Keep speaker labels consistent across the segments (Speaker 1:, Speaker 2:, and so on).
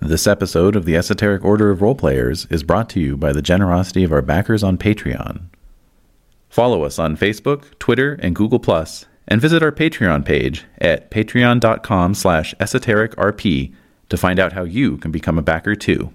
Speaker 1: This episode of the Esoteric Order of Roleplayers is brought to you by the generosity of our backers on Patreon. Follow us on Facebook, Twitter, and Google+, and visit our Patreon page at patreon.com slash esotericrp to find out how you can become a backer too.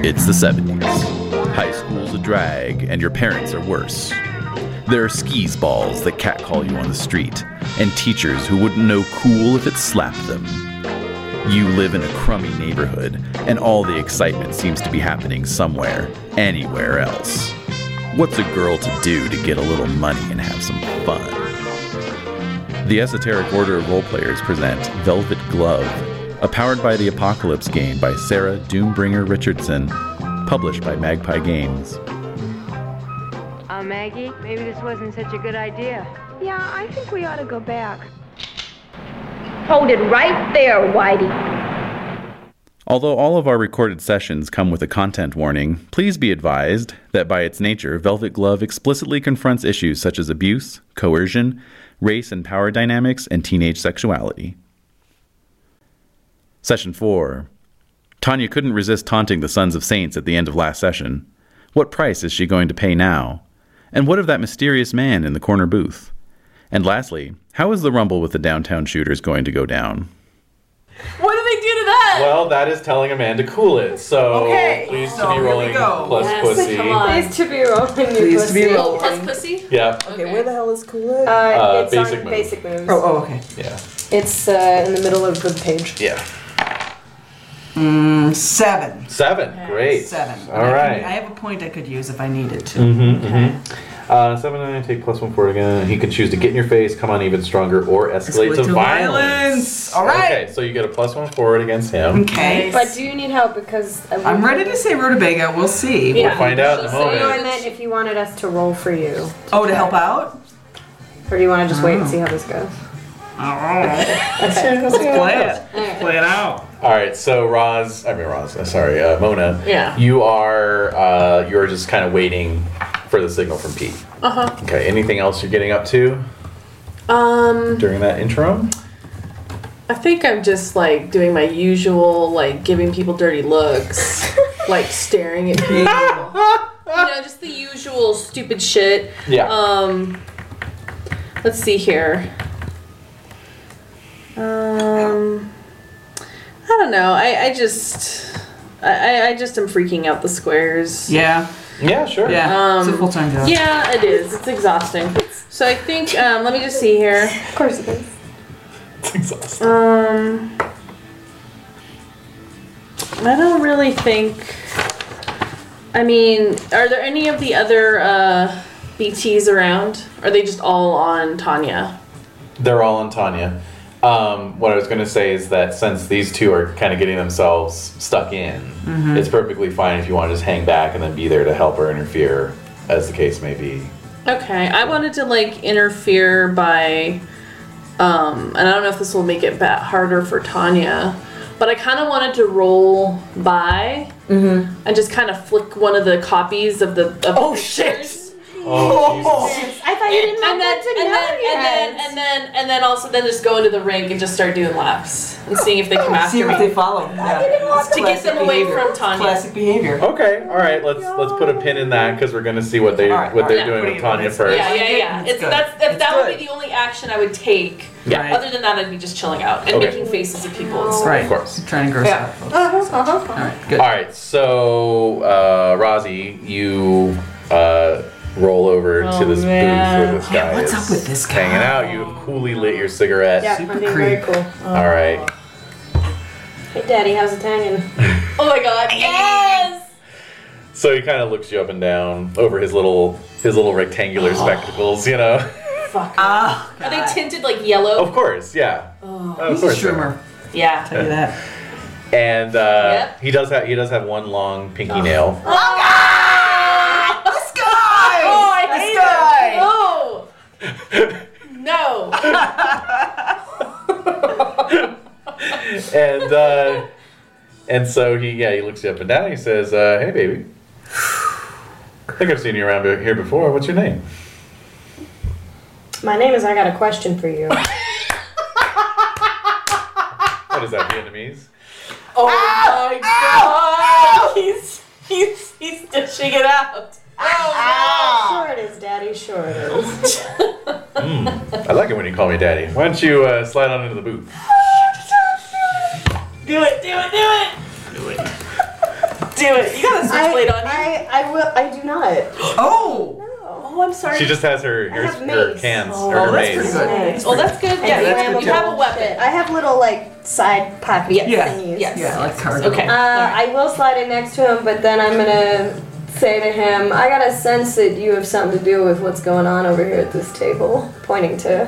Speaker 1: It's the 70s. High school's a drag, and your parents are worse. There are skis balls that catcall you on the street, and teachers who wouldn't know cool if it slapped them. You live in a crummy neighborhood, and all the excitement seems to be happening somewhere, anywhere else. What's a girl to do to get a little money and have some fun? The Esoteric Order of Roleplayers present Velvet Glove, a powered by the Apocalypse game by Sarah Doombringer Richardson, published by Magpie Games.
Speaker 2: Oh, Maggie, maybe this wasn't such a good idea.
Speaker 3: Yeah, I think we ought to go back.
Speaker 4: Hold it right there, Whitey.
Speaker 1: Although all of our recorded sessions come with a content warning, please be advised that by its nature, Velvet Glove explicitly confronts issues such as abuse, coercion, race and power dynamics, and teenage sexuality. Session 4 Tanya couldn't resist taunting the Sons of Saints at the end of last session. What price is she going to pay now? And what of that mysterious man in the corner booth? And lastly, how is the rumble with the downtown shooters going to go down?
Speaker 5: What did they do to that?
Speaker 6: Well, that is telling a man to cool it. So
Speaker 5: Okay,
Speaker 6: please
Speaker 5: so
Speaker 6: to be
Speaker 5: here we
Speaker 6: rolling
Speaker 5: go.
Speaker 6: plus
Speaker 5: Yes,
Speaker 6: pussy.
Speaker 5: come on.
Speaker 7: Please to be rolling your
Speaker 8: Please to be
Speaker 7: pussy.
Speaker 8: rolling.
Speaker 5: Plus pussy.
Speaker 6: Yeah.
Speaker 8: Okay, where the hell is Kool-Aid?
Speaker 7: Uh,
Speaker 6: Uh,
Speaker 7: it's basic
Speaker 6: basic
Speaker 7: on
Speaker 6: move.
Speaker 7: basic moves.
Speaker 8: oh, oh, okay.
Speaker 6: Yeah.
Speaker 7: It's uh, in the middle of the page.
Speaker 6: Yeah.
Speaker 8: Seven.
Speaker 6: Seven. Great.
Speaker 8: Seven.
Speaker 6: All
Speaker 8: I, can- I
Speaker 6: right. Mm.
Speaker 8: have a point I could use if I needed to.
Speaker 6: Uh, seven nine. Take plus one for it again. He can choose to get in your face, come on even stronger, or escalate,
Speaker 8: Escalate
Speaker 6: to,
Speaker 8: to
Speaker 6: violence.
Speaker 8: violence. All right.
Speaker 6: Okay, so you get a plus one forward against him.
Speaker 8: Okay.
Speaker 7: But do you need help? Because uh, we-
Speaker 8: I'm ready to say rutabaga. We'll see.
Speaker 6: We'll find out in a
Speaker 7: No, I
Speaker 6: moment.
Speaker 7: meant if you wanted us to roll for you,
Speaker 8: Oh, to help out?
Speaker 7: or do you want to just wait and see how this goes?
Speaker 8: Let's play it. Play it out.
Speaker 6: All right, so Roz, I mean Roz, uh, sorry, uh, Mona.
Speaker 5: Yeah.
Speaker 6: You are uh, you're just kind of waiting for the signal from Pete. Uh
Speaker 5: Uh-huh.
Speaker 6: huh. Okay. Anything else you're getting up to
Speaker 5: Um,
Speaker 6: during that interim?
Speaker 5: I think I'm just like doing my usual, like giving people dirty looks, like staring at people. you know, just the usual stupid shit.
Speaker 6: Yeah.
Speaker 5: Um, let's see here. Um, I don't know. I, I just, I, I- I just am freaking out the squares.
Speaker 8: Yeah.
Speaker 6: yeah. Sure.
Speaker 8: Yeah. it's a full-time job.
Speaker 5: Yeah, it is. It's exhausting. So I think, um, let me just see here.
Speaker 7: Of course it is.
Speaker 6: It's exhausting.
Speaker 5: Um, I don't really think. I mean, are there any of the other uh, BTs around? Are they just all on Tanya?
Speaker 6: They're all on Tanya. Um, what I was going to say is that since these two are kind of getting themselves stuck in,
Speaker 8: Mm-hmm.
Speaker 6: it's perfectly fine if you want to just hang back and then be there to help or interfere, as the case may be.
Speaker 5: Okay, I wanted to like interfere by, um, and I don't know if this will make it bat harder for Tanya, but I kind of wanted to roll by and just kind of flick one of the copies of the. Of Mm-hmm. oh shit!
Speaker 6: Oh,
Speaker 7: I thought you didn't want
Speaker 5: and then,
Speaker 7: that to
Speaker 5: and
Speaker 7: know
Speaker 5: then, and then,
Speaker 7: yet.
Speaker 5: and then, and then also then just go into the rink and just start doing laps and seeing if they come
Speaker 8: Oh, See
Speaker 5: after
Speaker 8: what
Speaker 5: me.
Speaker 8: they follow. Yeah. It's
Speaker 5: to get
Speaker 8: classic
Speaker 5: them away
Speaker 8: behavior.
Speaker 5: from Tanya.
Speaker 8: Classic behavior.
Speaker 6: Okay, all right. Let's let's put a pin in that because we're going to see what they
Speaker 8: All right,
Speaker 6: what they're
Speaker 5: all
Speaker 6: doing
Speaker 5: right.
Speaker 6: with
Speaker 8: Yeah.
Speaker 6: Tanya first.
Speaker 5: Yeah, yeah, yeah.
Speaker 8: It's
Speaker 5: It's,
Speaker 8: good.
Speaker 5: that's if
Speaker 8: It's
Speaker 5: that would
Speaker 8: good.
Speaker 5: be the only action I would take.
Speaker 6: Yeah.
Speaker 8: Right.
Speaker 5: Other than that, I'd be just chilling out and
Speaker 6: Okay.
Speaker 5: making faces at people and stuff.
Speaker 8: Right.
Speaker 6: Of course.
Speaker 8: Trying to gross
Speaker 7: Yeah.
Speaker 8: out folks.
Speaker 6: Uh,
Speaker 7: Uh-huh,
Speaker 8: All right. Good.
Speaker 6: All right, so uh, Rozzy, you uh, roll over to this booth
Speaker 5: man.
Speaker 6: where this guy
Speaker 8: Oh, what's
Speaker 6: is
Speaker 8: up with this guy?
Speaker 6: hanging out. You have coolly lit your cigarette.
Speaker 7: Yeah,
Speaker 8: Super
Speaker 7: I'm being very
Speaker 8: creep.
Speaker 7: cool.
Speaker 6: All right.
Speaker 7: Hey, Daddy, how's it hanging?
Speaker 5: Oh my god. Yes.
Speaker 6: So he kind of looks you up and down over his little his little rectangular spectacles, you know.
Speaker 8: Ah,
Speaker 5: Are they tinted like yellow?
Speaker 8: Oh.
Speaker 6: of course, yeah. of
Speaker 8: he's a
Speaker 6: course. they
Speaker 8: shrimmer.
Speaker 5: Yeah.
Speaker 8: Look at that.
Speaker 6: are. And uh,
Speaker 5: Yep.
Speaker 6: he does have he does have one long pinky
Speaker 8: Oh.
Speaker 6: nail.
Speaker 8: This guy! Oh,
Speaker 5: I
Speaker 8: this
Speaker 5: hate
Speaker 8: guy!
Speaker 5: No. no.
Speaker 6: and uh, and so he yeah he looks you up and down. He says, uh, "Hey, baby." I think I've seen you around here before. What's your name?
Speaker 7: My name is I Got a Question for You.
Speaker 6: What is that, Vietnamese?
Speaker 7: Oh my god! He's, he's, he's dishing it out. Oh, no. Sure it is, Daddy. Sure it is.
Speaker 6: I like it when you call me daddy. Why don't you uh, slide on into the booth?
Speaker 7: Do it, do it, do it!
Speaker 5: Do it. You got a switchblade on you.
Speaker 7: I, I will. I do not.
Speaker 8: Oh!
Speaker 5: Oh, I'm sorry.
Speaker 6: She just has her her,
Speaker 7: have
Speaker 6: her
Speaker 7: mace.
Speaker 6: cans
Speaker 7: Oh,
Speaker 6: or her
Speaker 8: Oh, that's pretty
Speaker 6: maze.
Speaker 8: good.
Speaker 7: Nice.
Speaker 5: well, that's good.
Speaker 7: I
Speaker 5: Yeah,
Speaker 8: that's
Speaker 7: am
Speaker 8: pretty
Speaker 5: you have a
Speaker 7: bullshit.
Speaker 5: weapon.
Speaker 7: I have little like side pocket
Speaker 8: Yeah.
Speaker 7: thingies.
Speaker 5: Yes.
Speaker 8: Yeah, like cards.
Speaker 5: Okay.
Speaker 7: Uh, I will slide in next to him, but then I'm gonna say to him, I got a sense that you have something to do with what's going on over here at this table, pointing to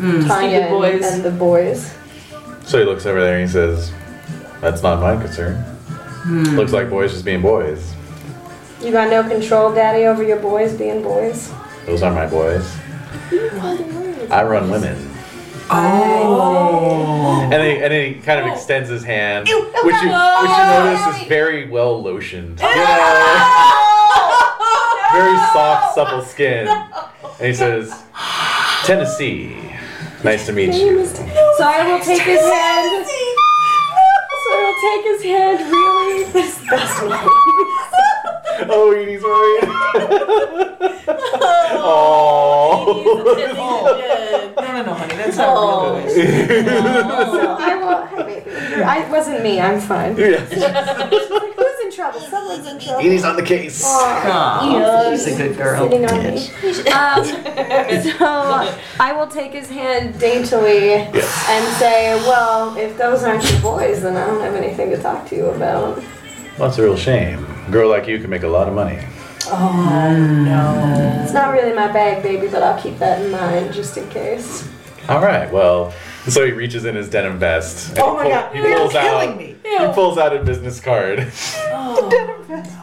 Speaker 7: Tanya
Speaker 5: Stupid boys.
Speaker 7: and, and the boys.
Speaker 6: So he looks over there and he says, "That's not my concern." Looks like boys just being boys.
Speaker 7: You got no control, Daddy, over your boys being boys.
Speaker 6: Those aren't my boys. I run women.
Speaker 8: Oh!
Speaker 6: And then, and then he kind of extends his hand, which you which you notice is very well lotioned. You know, very soft, supple skin. And he says, "Tennessee, nice to meet you."
Speaker 7: So I will take his hand. So I will take his hand, really. That's, that's
Speaker 6: Oh, Edie's worried. oh.
Speaker 5: Uh,
Speaker 8: No, no, no, honey, that's not real boys.
Speaker 7: I will. Hi, baby. I wasn't me. I'm fine. Who's in trouble? Someone's in trouble.
Speaker 6: Edie's on the case.
Speaker 8: Aw, she's a good girl.
Speaker 7: Sitting on me. Um, so I will take his hand daintily
Speaker 6: Yes.
Speaker 7: and say, "Well, if those aren't your boys, then I don't have anything to talk to you about."
Speaker 6: Well, that's a real shame. A girl like you can make a lot of money.
Speaker 7: It's not really my bag, baby, but I'll keep that in mind just in case.
Speaker 6: All right, well. So he reaches in his denim vest. And
Speaker 8: Oh my
Speaker 6: he
Speaker 8: God,
Speaker 6: He
Speaker 8: you're
Speaker 6: pulls
Speaker 8: killing
Speaker 6: out.
Speaker 8: me.
Speaker 6: He pulls out a business card.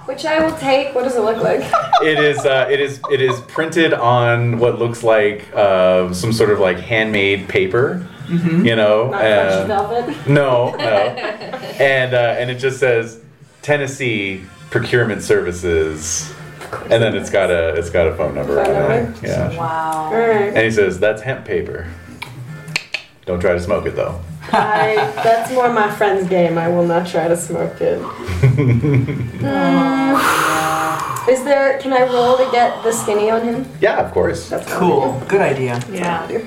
Speaker 7: Which I will take. What does it look like?
Speaker 6: it is. Uh, it is. It is printed on what looks like uh, some sort of like handmade paper.
Speaker 8: Mm-hmm.
Speaker 6: You know.
Speaker 7: Not
Speaker 6: uh,
Speaker 7: French velvet.
Speaker 6: No, no. and uh, and it just says Tennessee Procurement Services, and then it's got a it's got a phone number on
Speaker 7: Phone
Speaker 6: it.
Speaker 7: number?
Speaker 6: Yeah.
Speaker 7: All right.
Speaker 6: And he says that's hemp paper. Don't try to smoke it though.
Speaker 7: I, that's more my friend's game. I will not try to smoke it. Mm. Is there? Can I roll to get the skinny on him?
Speaker 6: Yeah, of course.
Speaker 7: That's what I'm gonna
Speaker 8: Cool. Good idea.
Speaker 7: do. That's what I'm gonna do.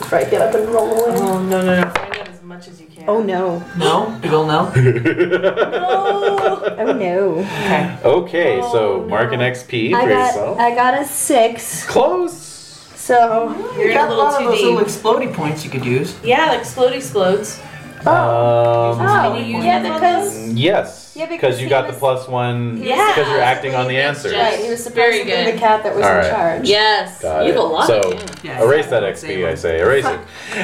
Speaker 7: Before I get up and roll away.
Speaker 5: Oh, no, no, no. Find out as much as you can.
Speaker 7: Oh no!
Speaker 8: No? Big ol' no?
Speaker 7: Oh no!
Speaker 8: Okay.
Speaker 6: Okay, so mark an XP
Speaker 7: Oh, I
Speaker 6: for
Speaker 7: got
Speaker 6: yourself.
Speaker 7: I got a six.
Speaker 6: Close.
Speaker 7: So
Speaker 5: You're in
Speaker 8: Got
Speaker 5: a
Speaker 8: a
Speaker 5: little
Speaker 8: lot of
Speaker 5: too
Speaker 8: those
Speaker 5: deep.
Speaker 8: little explodey points you could use.
Speaker 5: yeah, like explode explodes.
Speaker 6: Um,
Speaker 7: oh
Speaker 5: you
Speaker 7: yeah
Speaker 5: use
Speaker 7: because
Speaker 6: yes,
Speaker 7: Yeah, because
Speaker 6: because you
Speaker 7: he
Speaker 6: got
Speaker 7: was-
Speaker 6: the plus one.
Speaker 5: Yeah.
Speaker 6: because you're acting on the answer.
Speaker 7: right he was supposed
Speaker 5: Very
Speaker 7: to be
Speaker 5: good.
Speaker 7: the cat that was
Speaker 6: All
Speaker 7: in
Speaker 6: right.
Speaker 7: charge.
Speaker 5: Yes.
Speaker 6: Got
Speaker 5: you have
Speaker 6: it.
Speaker 5: a lot.
Speaker 6: So
Speaker 8: Yeah.
Speaker 6: erase that XP, I say. Erase it.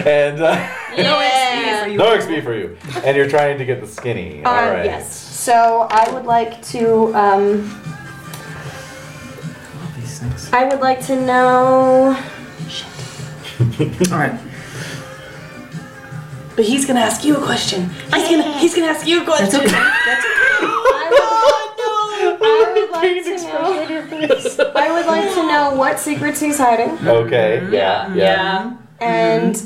Speaker 6: And uh,
Speaker 5: yeah.
Speaker 6: No XP for you. And you're trying to get the skinny.
Speaker 7: Uh,
Speaker 6: All right.
Speaker 7: Yes. So I would like to um,
Speaker 8: These things.
Speaker 7: I would like to know.
Speaker 8: All right.
Speaker 5: But he's gonna ask you a question. He's gonna he's gonna ask you a question.
Speaker 7: I would, I would like to know. I would like to know what secrets he's hiding
Speaker 6: Okay. Yeah. Yeah.
Speaker 7: and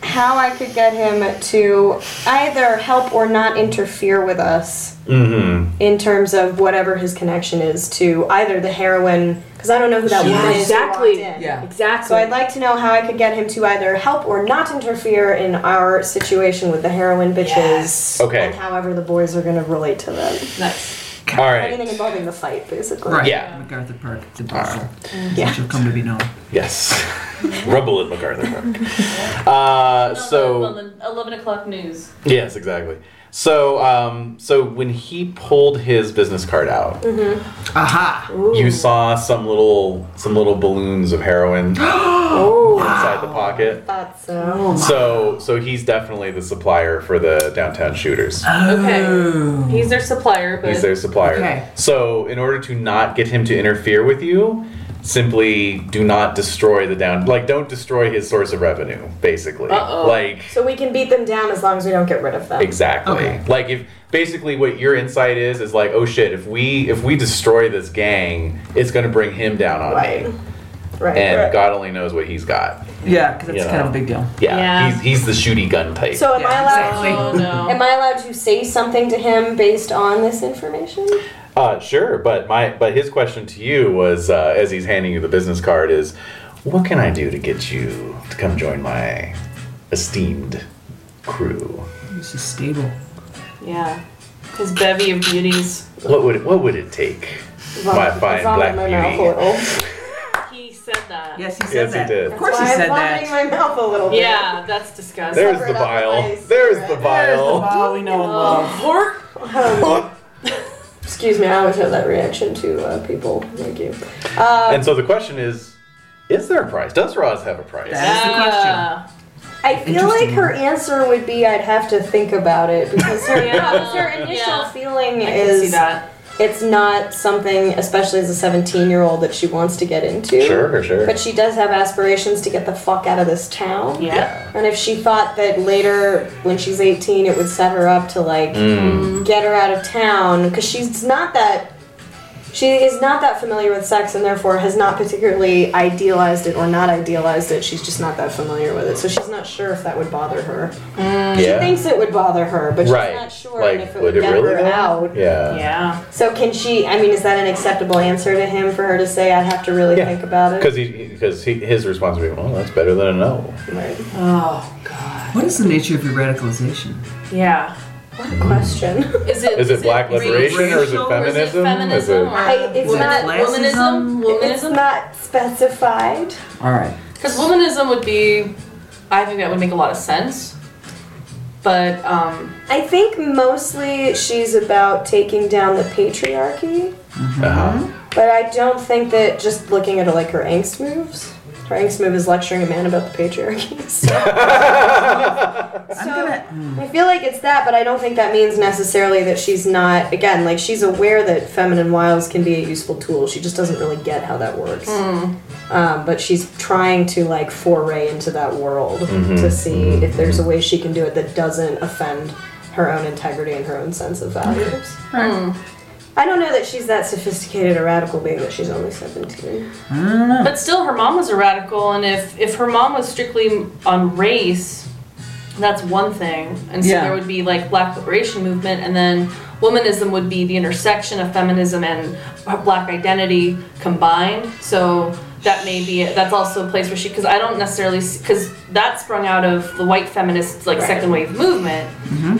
Speaker 7: how I could get him to either help or not interfere with us
Speaker 6: Mm-hmm.
Speaker 7: in terms of whatever his connection is to either the heroin, because I don't know who that
Speaker 5: Yeah,
Speaker 7: woman is. who walked
Speaker 5: exactly.
Speaker 7: in.
Speaker 8: Yeah.
Speaker 5: Exactly.
Speaker 7: So I'd like to know how I could get him to either help or not interfere in our situation with the heroin bitches.
Speaker 6: Okay.
Speaker 7: And however the boys are gonna relate to them.
Speaker 5: nice.
Speaker 6: All
Speaker 7: Anything
Speaker 6: right.
Speaker 7: involving the fight, basically.
Speaker 8: Right.
Speaker 6: Yeah.
Speaker 8: MacArthur Park. It's a puzzle.
Speaker 7: Yeah.
Speaker 8: Which will come to be known.
Speaker 6: Yes. Rumble at MacArthur Park. Uh, so
Speaker 5: eleven o'clock news.
Speaker 6: yes, exactly. So um, so when he pulled his business card out,
Speaker 7: Mm-hmm.
Speaker 8: Aha!
Speaker 6: you saw some little some little balloons of heroin inside the pocket.
Speaker 7: Thought so.
Speaker 6: So so he's definitely the supplier for the downtown shooters.
Speaker 5: Okay. He's their supplier, but
Speaker 6: He's their supplier.
Speaker 8: Okay.
Speaker 6: So, in order to not get him to interfere with you, simply do not destroy the down. Like, don't destroy his source of revenue, basically.
Speaker 5: Uh-oh.
Speaker 6: Like,
Speaker 7: So we can beat them down as long as we don't get rid of them.
Speaker 6: Exactly.
Speaker 8: Okay.
Speaker 6: Like if basically what your insight is is like, oh shit, if we if we destroy this gang, it's gonna bring him down on
Speaker 7: Right.
Speaker 6: me,
Speaker 7: Right.
Speaker 6: and
Speaker 7: right.
Speaker 6: God only knows what he's got.
Speaker 8: Yeah, because it's
Speaker 6: Yeah.
Speaker 8: kind of a big deal.
Speaker 6: Yeah,
Speaker 5: Yeah.
Speaker 6: he's he's the shooty gun type.
Speaker 7: So am
Speaker 8: Yeah,
Speaker 7: I allowed?
Speaker 5: Oh no.
Speaker 7: Am I allowed to say something to him based on this information?
Speaker 6: uh, sure, but my but his question to you was uh, as he's handing you the business card is, what can I do to get you to come join my esteemed crew?
Speaker 8: This is stable.
Speaker 5: Yeah. His bevy of beauties.
Speaker 6: What would what would it take? My fine black
Speaker 7: my
Speaker 6: beauty.
Speaker 7: mouth a little.
Speaker 5: He said that.
Speaker 8: Yes, he said
Speaker 6: Yes, he
Speaker 8: that.
Speaker 6: did.
Speaker 8: Of course, he
Speaker 7: Why
Speaker 8: said
Speaker 7: I'm vomiting
Speaker 8: that.
Speaker 7: my mouth a little bit.
Speaker 5: Yeah, that's disgusting.
Speaker 6: There's
Speaker 7: Cover
Speaker 6: the
Speaker 7: it up with
Speaker 6: vial. There's
Speaker 7: ice.
Speaker 6: the
Speaker 8: There's the
Speaker 6: vial.
Speaker 8: ball Oh, we know and love.
Speaker 5: Pork?
Speaker 7: Excuse me, I always have that reaction to uh, people like you.
Speaker 6: And so the question is, is there a price? Does Roz have a price?
Speaker 8: That- That's the
Speaker 5: Yeah.
Speaker 7: I feel like her answer would be I'd have to think about it because her,
Speaker 5: Yeah.
Speaker 7: because her initial
Speaker 5: Yeah.
Speaker 7: feeling
Speaker 5: I can see
Speaker 7: is
Speaker 5: that.
Speaker 7: it's not something, especially as a 17 year old, that she wants to get into.
Speaker 6: Sure, sure.
Speaker 7: But she does have aspirations to get the fuck out of this town.
Speaker 5: Yeah.
Speaker 7: And if she thought that later, when she's 18, it would set her up to like
Speaker 6: Mm.
Speaker 7: get her out of town, because she's not that. She is not that familiar with sex and therefore has not particularly idealized it or not idealized it. She's just not that familiar with it. So she's not sure if that would bother her. She thinks it would bother her, but she's
Speaker 6: Right.
Speaker 7: not sure
Speaker 6: Like,
Speaker 7: and if
Speaker 6: would
Speaker 7: it would,
Speaker 6: it
Speaker 7: get
Speaker 6: really
Speaker 7: her
Speaker 6: though?
Speaker 7: out.
Speaker 6: Yeah.
Speaker 5: Yeah.
Speaker 7: So can she, I mean, is that an acceptable answer to him for her to say, I'd have to really
Speaker 6: Yeah.
Speaker 7: think about it?
Speaker 6: Because he, because he, his response would be, well, that's better than a no.
Speaker 7: Right.
Speaker 5: Oh god.
Speaker 8: What is the nature of your radicalization?
Speaker 5: Yeah.
Speaker 7: What a question.
Speaker 5: Is it
Speaker 6: Is it black
Speaker 5: race-
Speaker 6: liberation or is it
Speaker 8: racial or
Speaker 5: Or is it
Speaker 6: feminism? Is
Speaker 5: feminism?
Speaker 6: it-
Speaker 5: or
Speaker 7: I- it's
Speaker 5: woman-
Speaker 7: not
Speaker 5: womanism.
Speaker 8: classism.
Speaker 7: It's
Speaker 5: Womanism.
Speaker 7: not specified.
Speaker 8: All right.
Speaker 5: Because womanism would be, I think that would make a lot of sense. But um,
Speaker 7: I think mostly she's about taking down the patriarchy, Mm-hmm.
Speaker 6: Uh-huh.
Speaker 7: but I don't think that just looking at her like her angst moves. Her angst move is lecturing a man about the patriarchy. So,
Speaker 8: I'm
Speaker 7: So-
Speaker 8: gonna.
Speaker 7: I feel like it's that, but I don't think that means necessarily that she's not. Again, like she's aware that feminine wiles can be a useful tool. She just doesn't really get how that works. Um, but she's trying to like foray into that world to see if there's a way she can do it that doesn't offend her own integrity and her own sense of values. Hmm. I don't know that she's that sophisticated or radical, being that she's only seventeen.
Speaker 5: but still, her mom was a radical, and if if her mom was strictly on race, that's one thing. And so
Speaker 8: Yeah.
Speaker 5: there would be like Black liberation movement, and then womanism would be the intersection of feminism and Black identity combined. So that may be that's also a place where she because I don't necessarily because that sprung out of the white feminist like
Speaker 7: Right. Mm-hmm.
Speaker 5: second wave movement.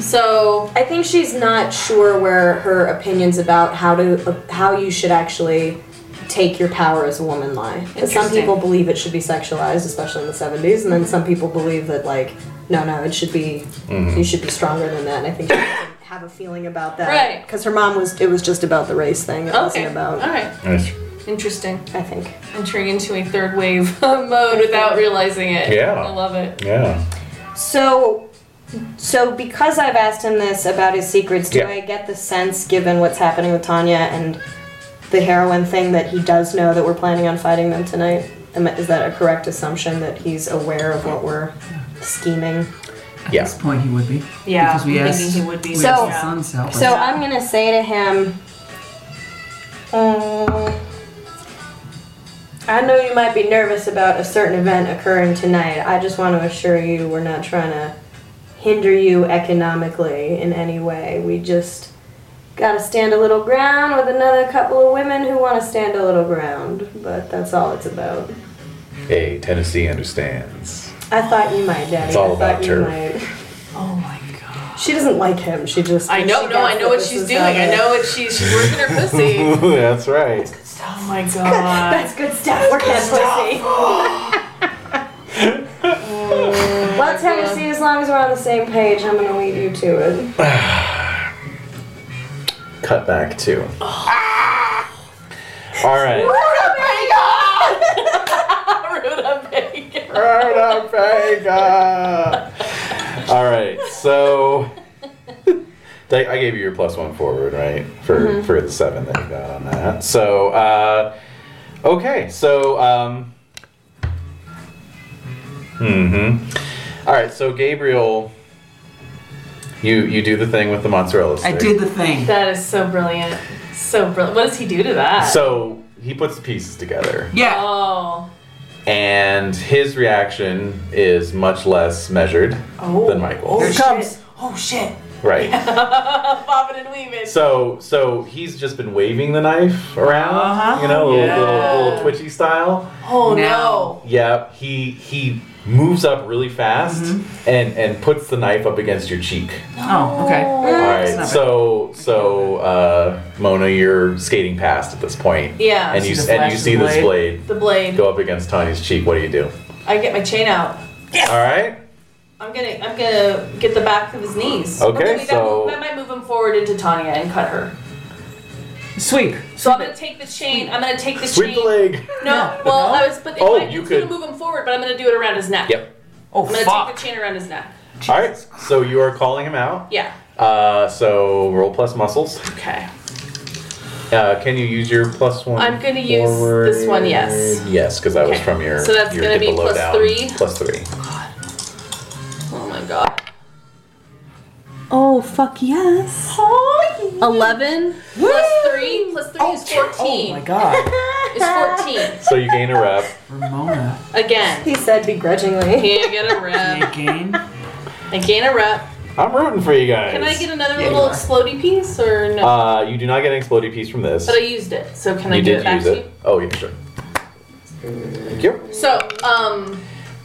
Speaker 5: So
Speaker 7: I think she's not sure where her opinions about how to how you should actually take your power as a woman lie. 'Cause some
Speaker 5: Interesting.
Speaker 7: people believe it should be sexualized, especially in the seventies, and then some people believe that like, no, no, it should be you should be stronger than that. And I think she doesn't have a feeling about that,
Speaker 5: Right.
Speaker 7: Because her mom was it was just about the race thing. It
Speaker 5: okay,
Speaker 7: wasn't about
Speaker 5: all right,
Speaker 6: Nice.
Speaker 5: interesting.
Speaker 7: I think.
Speaker 5: entering into a third wave mode without realizing it.
Speaker 6: Yeah.
Speaker 5: I love it.
Speaker 6: Yeah.
Speaker 7: So, so because I've asked him this about his secrets, do
Speaker 6: Yeah.
Speaker 7: I get the sense, given what's happening with Tanya and the heroin thing, that he does know that we're planning on fighting them tonight? Am I- Is that a correct assumption that he's aware of what we're scheming?
Speaker 8: At
Speaker 6: Yeah.
Speaker 8: this point, he would be.
Speaker 5: Yeah,
Speaker 8: Because we
Speaker 5: I'm
Speaker 8: asked.
Speaker 5: thinking he would be.
Speaker 8: we
Speaker 7: So-
Speaker 8: asked the son's help.
Speaker 7: So I'm gonna say to him, "Mm, I know you might be nervous about a certain event occurring tonight. I just want to assure you we're not trying to hinder you economically in any way. We just gotta stand a little ground with another couple of women who want to stand a little ground, but that's all it's about.
Speaker 6: Hey, Tennessee understands.
Speaker 7: I thought you might, Daddy.
Speaker 6: It's all
Speaker 7: I thought
Speaker 6: about
Speaker 7: you
Speaker 6: her.
Speaker 7: might.
Speaker 5: Oh my god.
Speaker 7: She doesn't like him. She just.
Speaker 5: I know,
Speaker 7: she
Speaker 5: no, I
Speaker 7: gets
Speaker 5: know
Speaker 7: that
Speaker 5: what
Speaker 7: this
Speaker 5: she's
Speaker 7: is
Speaker 5: doing.
Speaker 7: how
Speaker 5: I
Speaker 7: the-
Speaker 5: know what she's she's working her pussy.
Speaker 6: That's right.
Speaker 5: Oh my god.
Speaker 7: That's good stuff. We're good pussy.
Speaker 4: Mm.
Speaker 7: Well, Tennessee, as long as we're on the same page, I'm gonna lead you to it.
Speaker 6: Cut back too. Oh. All right.
Speaker 5: Rhoda Baker.
Speaker 6: Rhoda Vega. All right, so I I gave you your plus one forward, right, for for the seven that you got on that. So uh, Okay, so um. Hmm. All right, so Gabriel, you you do the thing with the mozzarella
Speaker 8: I
Speaker 6: stick.
Speaker 8: did the thing.
Speaker 5: That is so brilliant. So brilliant. What does he do to that?
Speaker 6: So he puts the pieces together,
Speaker 8: Yeah.
Speaker 5: Oh.
Speaker 6: and his reaction is much less measured
Speaker 5: Oh.
Speaker 6: than Michael's.
Speaker 8: Here it comes.
Speaker 5: Oh shit.
Speaker 6: Right.
Speaker 5: Bobbing and weaving.
Speaker 6: So so he's just been waving the knife around,
Speaker 8: Uh-huh.
Speaker 6: you know, little-
Speaker 5: Yeah.
Speaker 6: little, little twitchy style.
Speaker 5: oh
Speaker 8: Now.
Speaker 5: no.
Speaker 6: Yeah, he he moves up really fast and and puts the knife up against your cheek.
Speaker 8: Oh, okay.
Speaker 6: All
Speaker 8: It's
Speaker 6: right,
Speaker 8: not
Speaker 6: so so uh, Mona, you're skating past at this point,
Speaker 5: Yeah.
Speaker 6: and you
Speaker 8: See the
Speaker 6: and
Speaker 8: flash
Speaker 6: you
Speaker 8: of
Speaker 6: see
Speaker 8: the
Speaker 6: this blade
Speaker 5: the blade.
Speaker 6: go up against Tanya's cheek. What do you do?
Speaker 5: I get my chain out.
Speaker 6: All right,
Speaker 5: I'm gonna I'm gonna get the back of his knees. Or
Speaker 6: Okay,
Speaker 5: maybe that
Speaker 6: so-
Speaker 5: move- that might move him forward into Tanya and cut her.
Speaker 8: Sweep.
Speaker 5: So I'm gonna take the chain. I'm gonna take the
Speaker 6: sweep
Speaker 5: chain.
Speaker 6: the leg.
Speaker 5: No, well I was but
Speaker 6: Oh,
Speaker 5: I,
Speaker 6: you
Speaker 5: it's
Speaker 6: could-
Speaker 5: gonna move him forward, but I'm gonna do it around his neck.
Speaker 6: Yep.
Speaker 8: Oh,
Speaker 5: I'm gonna
Speaker 8: fuck.
Speaker 5: take the chain around his neck.
Speaker 6: All right, so you are calling him out.
Speaker 5: Yeah.
Speaker 6: Uh, so roll plus muscles.
Speaker 5: Okay.
Speaker 6: Uh, can you use your plus one?
Speaker 5: I'm gonna use
Speaker 6: forward?
Speaker 5: this one, yes.
Speaker 6: Yes, because that was
Speaker 5: Okay,
Speaker 6: from your.
Speaker 5: so that's
Speaker 6: your
Speaker 5: gonna
Speaker 6: dip
Speaker 5: be
Speaker 6: below
Speaker 5: plus
Speaker 6: down.
Speaker 5: three.
Speaker 6: Plus three.
Speaker 5: Oh my god.
Speaker 4: Oh, fuck yes. Eleven.
Speaker 5: Plus three plus three is
Speaker 8: Oh
Speaker 5: fourteen.
Speaker 8: my god.
Speaker 5: It's fourteen.
Speaker 6: So you gain a rep.
Speaker 8: Ramona.
Speaker 5: Again.
Speaker 7: He said begrudgingly.
Speaker 5: Can't get a
Speaker 8: Hey,
Speaker 5: rep.
Speaker 8: game.
Speaker 5: I gain a rep.
Speaker 6: I'm rooting for you guys.
Speaker 5: Can I get another
Speaker 8: Yeah, you
Speaker 5: little
Speaker 8: are.
Speaker 5: explodey piece or no?
Speaker 6: Uh, you do not get an exploding piece from this.
Speaker 5: but I used it, so can I
Speaker 6: you
Speaker 5: give
Speaker 6: did
Speaker 5: it back
Speaker 6: use
Speaker 5: to
Speaker 6: it. Oh, yeah, sure. Thank you.
Speaker 5: you? So, um,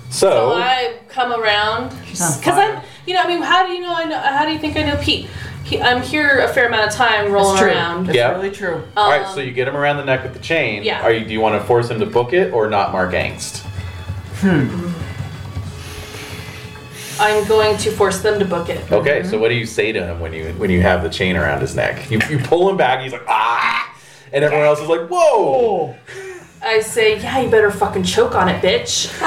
Speaker 5: So
Speaker 6: So,
Speaker 5: I come around
Speaker 8: She's on
Speaker 5: because
Speaker 8: fire.
Speaker 5: I'm, you know, I mean, how do you know I know? How do you think I know Pete? He, I'm here a fair amount of time rolling around.
Speaker 8: That's
Speaker 6: Yeah.
Speaker 8: really true.
Speaker 6: all right.
Speaker 5: Um,
Speaker 6: So you get him around the neck with the chain.
Speaker 5: Yeah.
Speaker 6: Are you? Do you want to force him to book it or not mark angst?
Speaker 5: I'm going to force them to book it.
Speaker 6: Okay. So what do you say to him when you when you have the chain around his neck? You, you pull him back. He's like ah, and everyone else is like whoa.
Speaker 5: I say, yeah, you better fucking choke on it, bitch.
Speaker 6: Oh,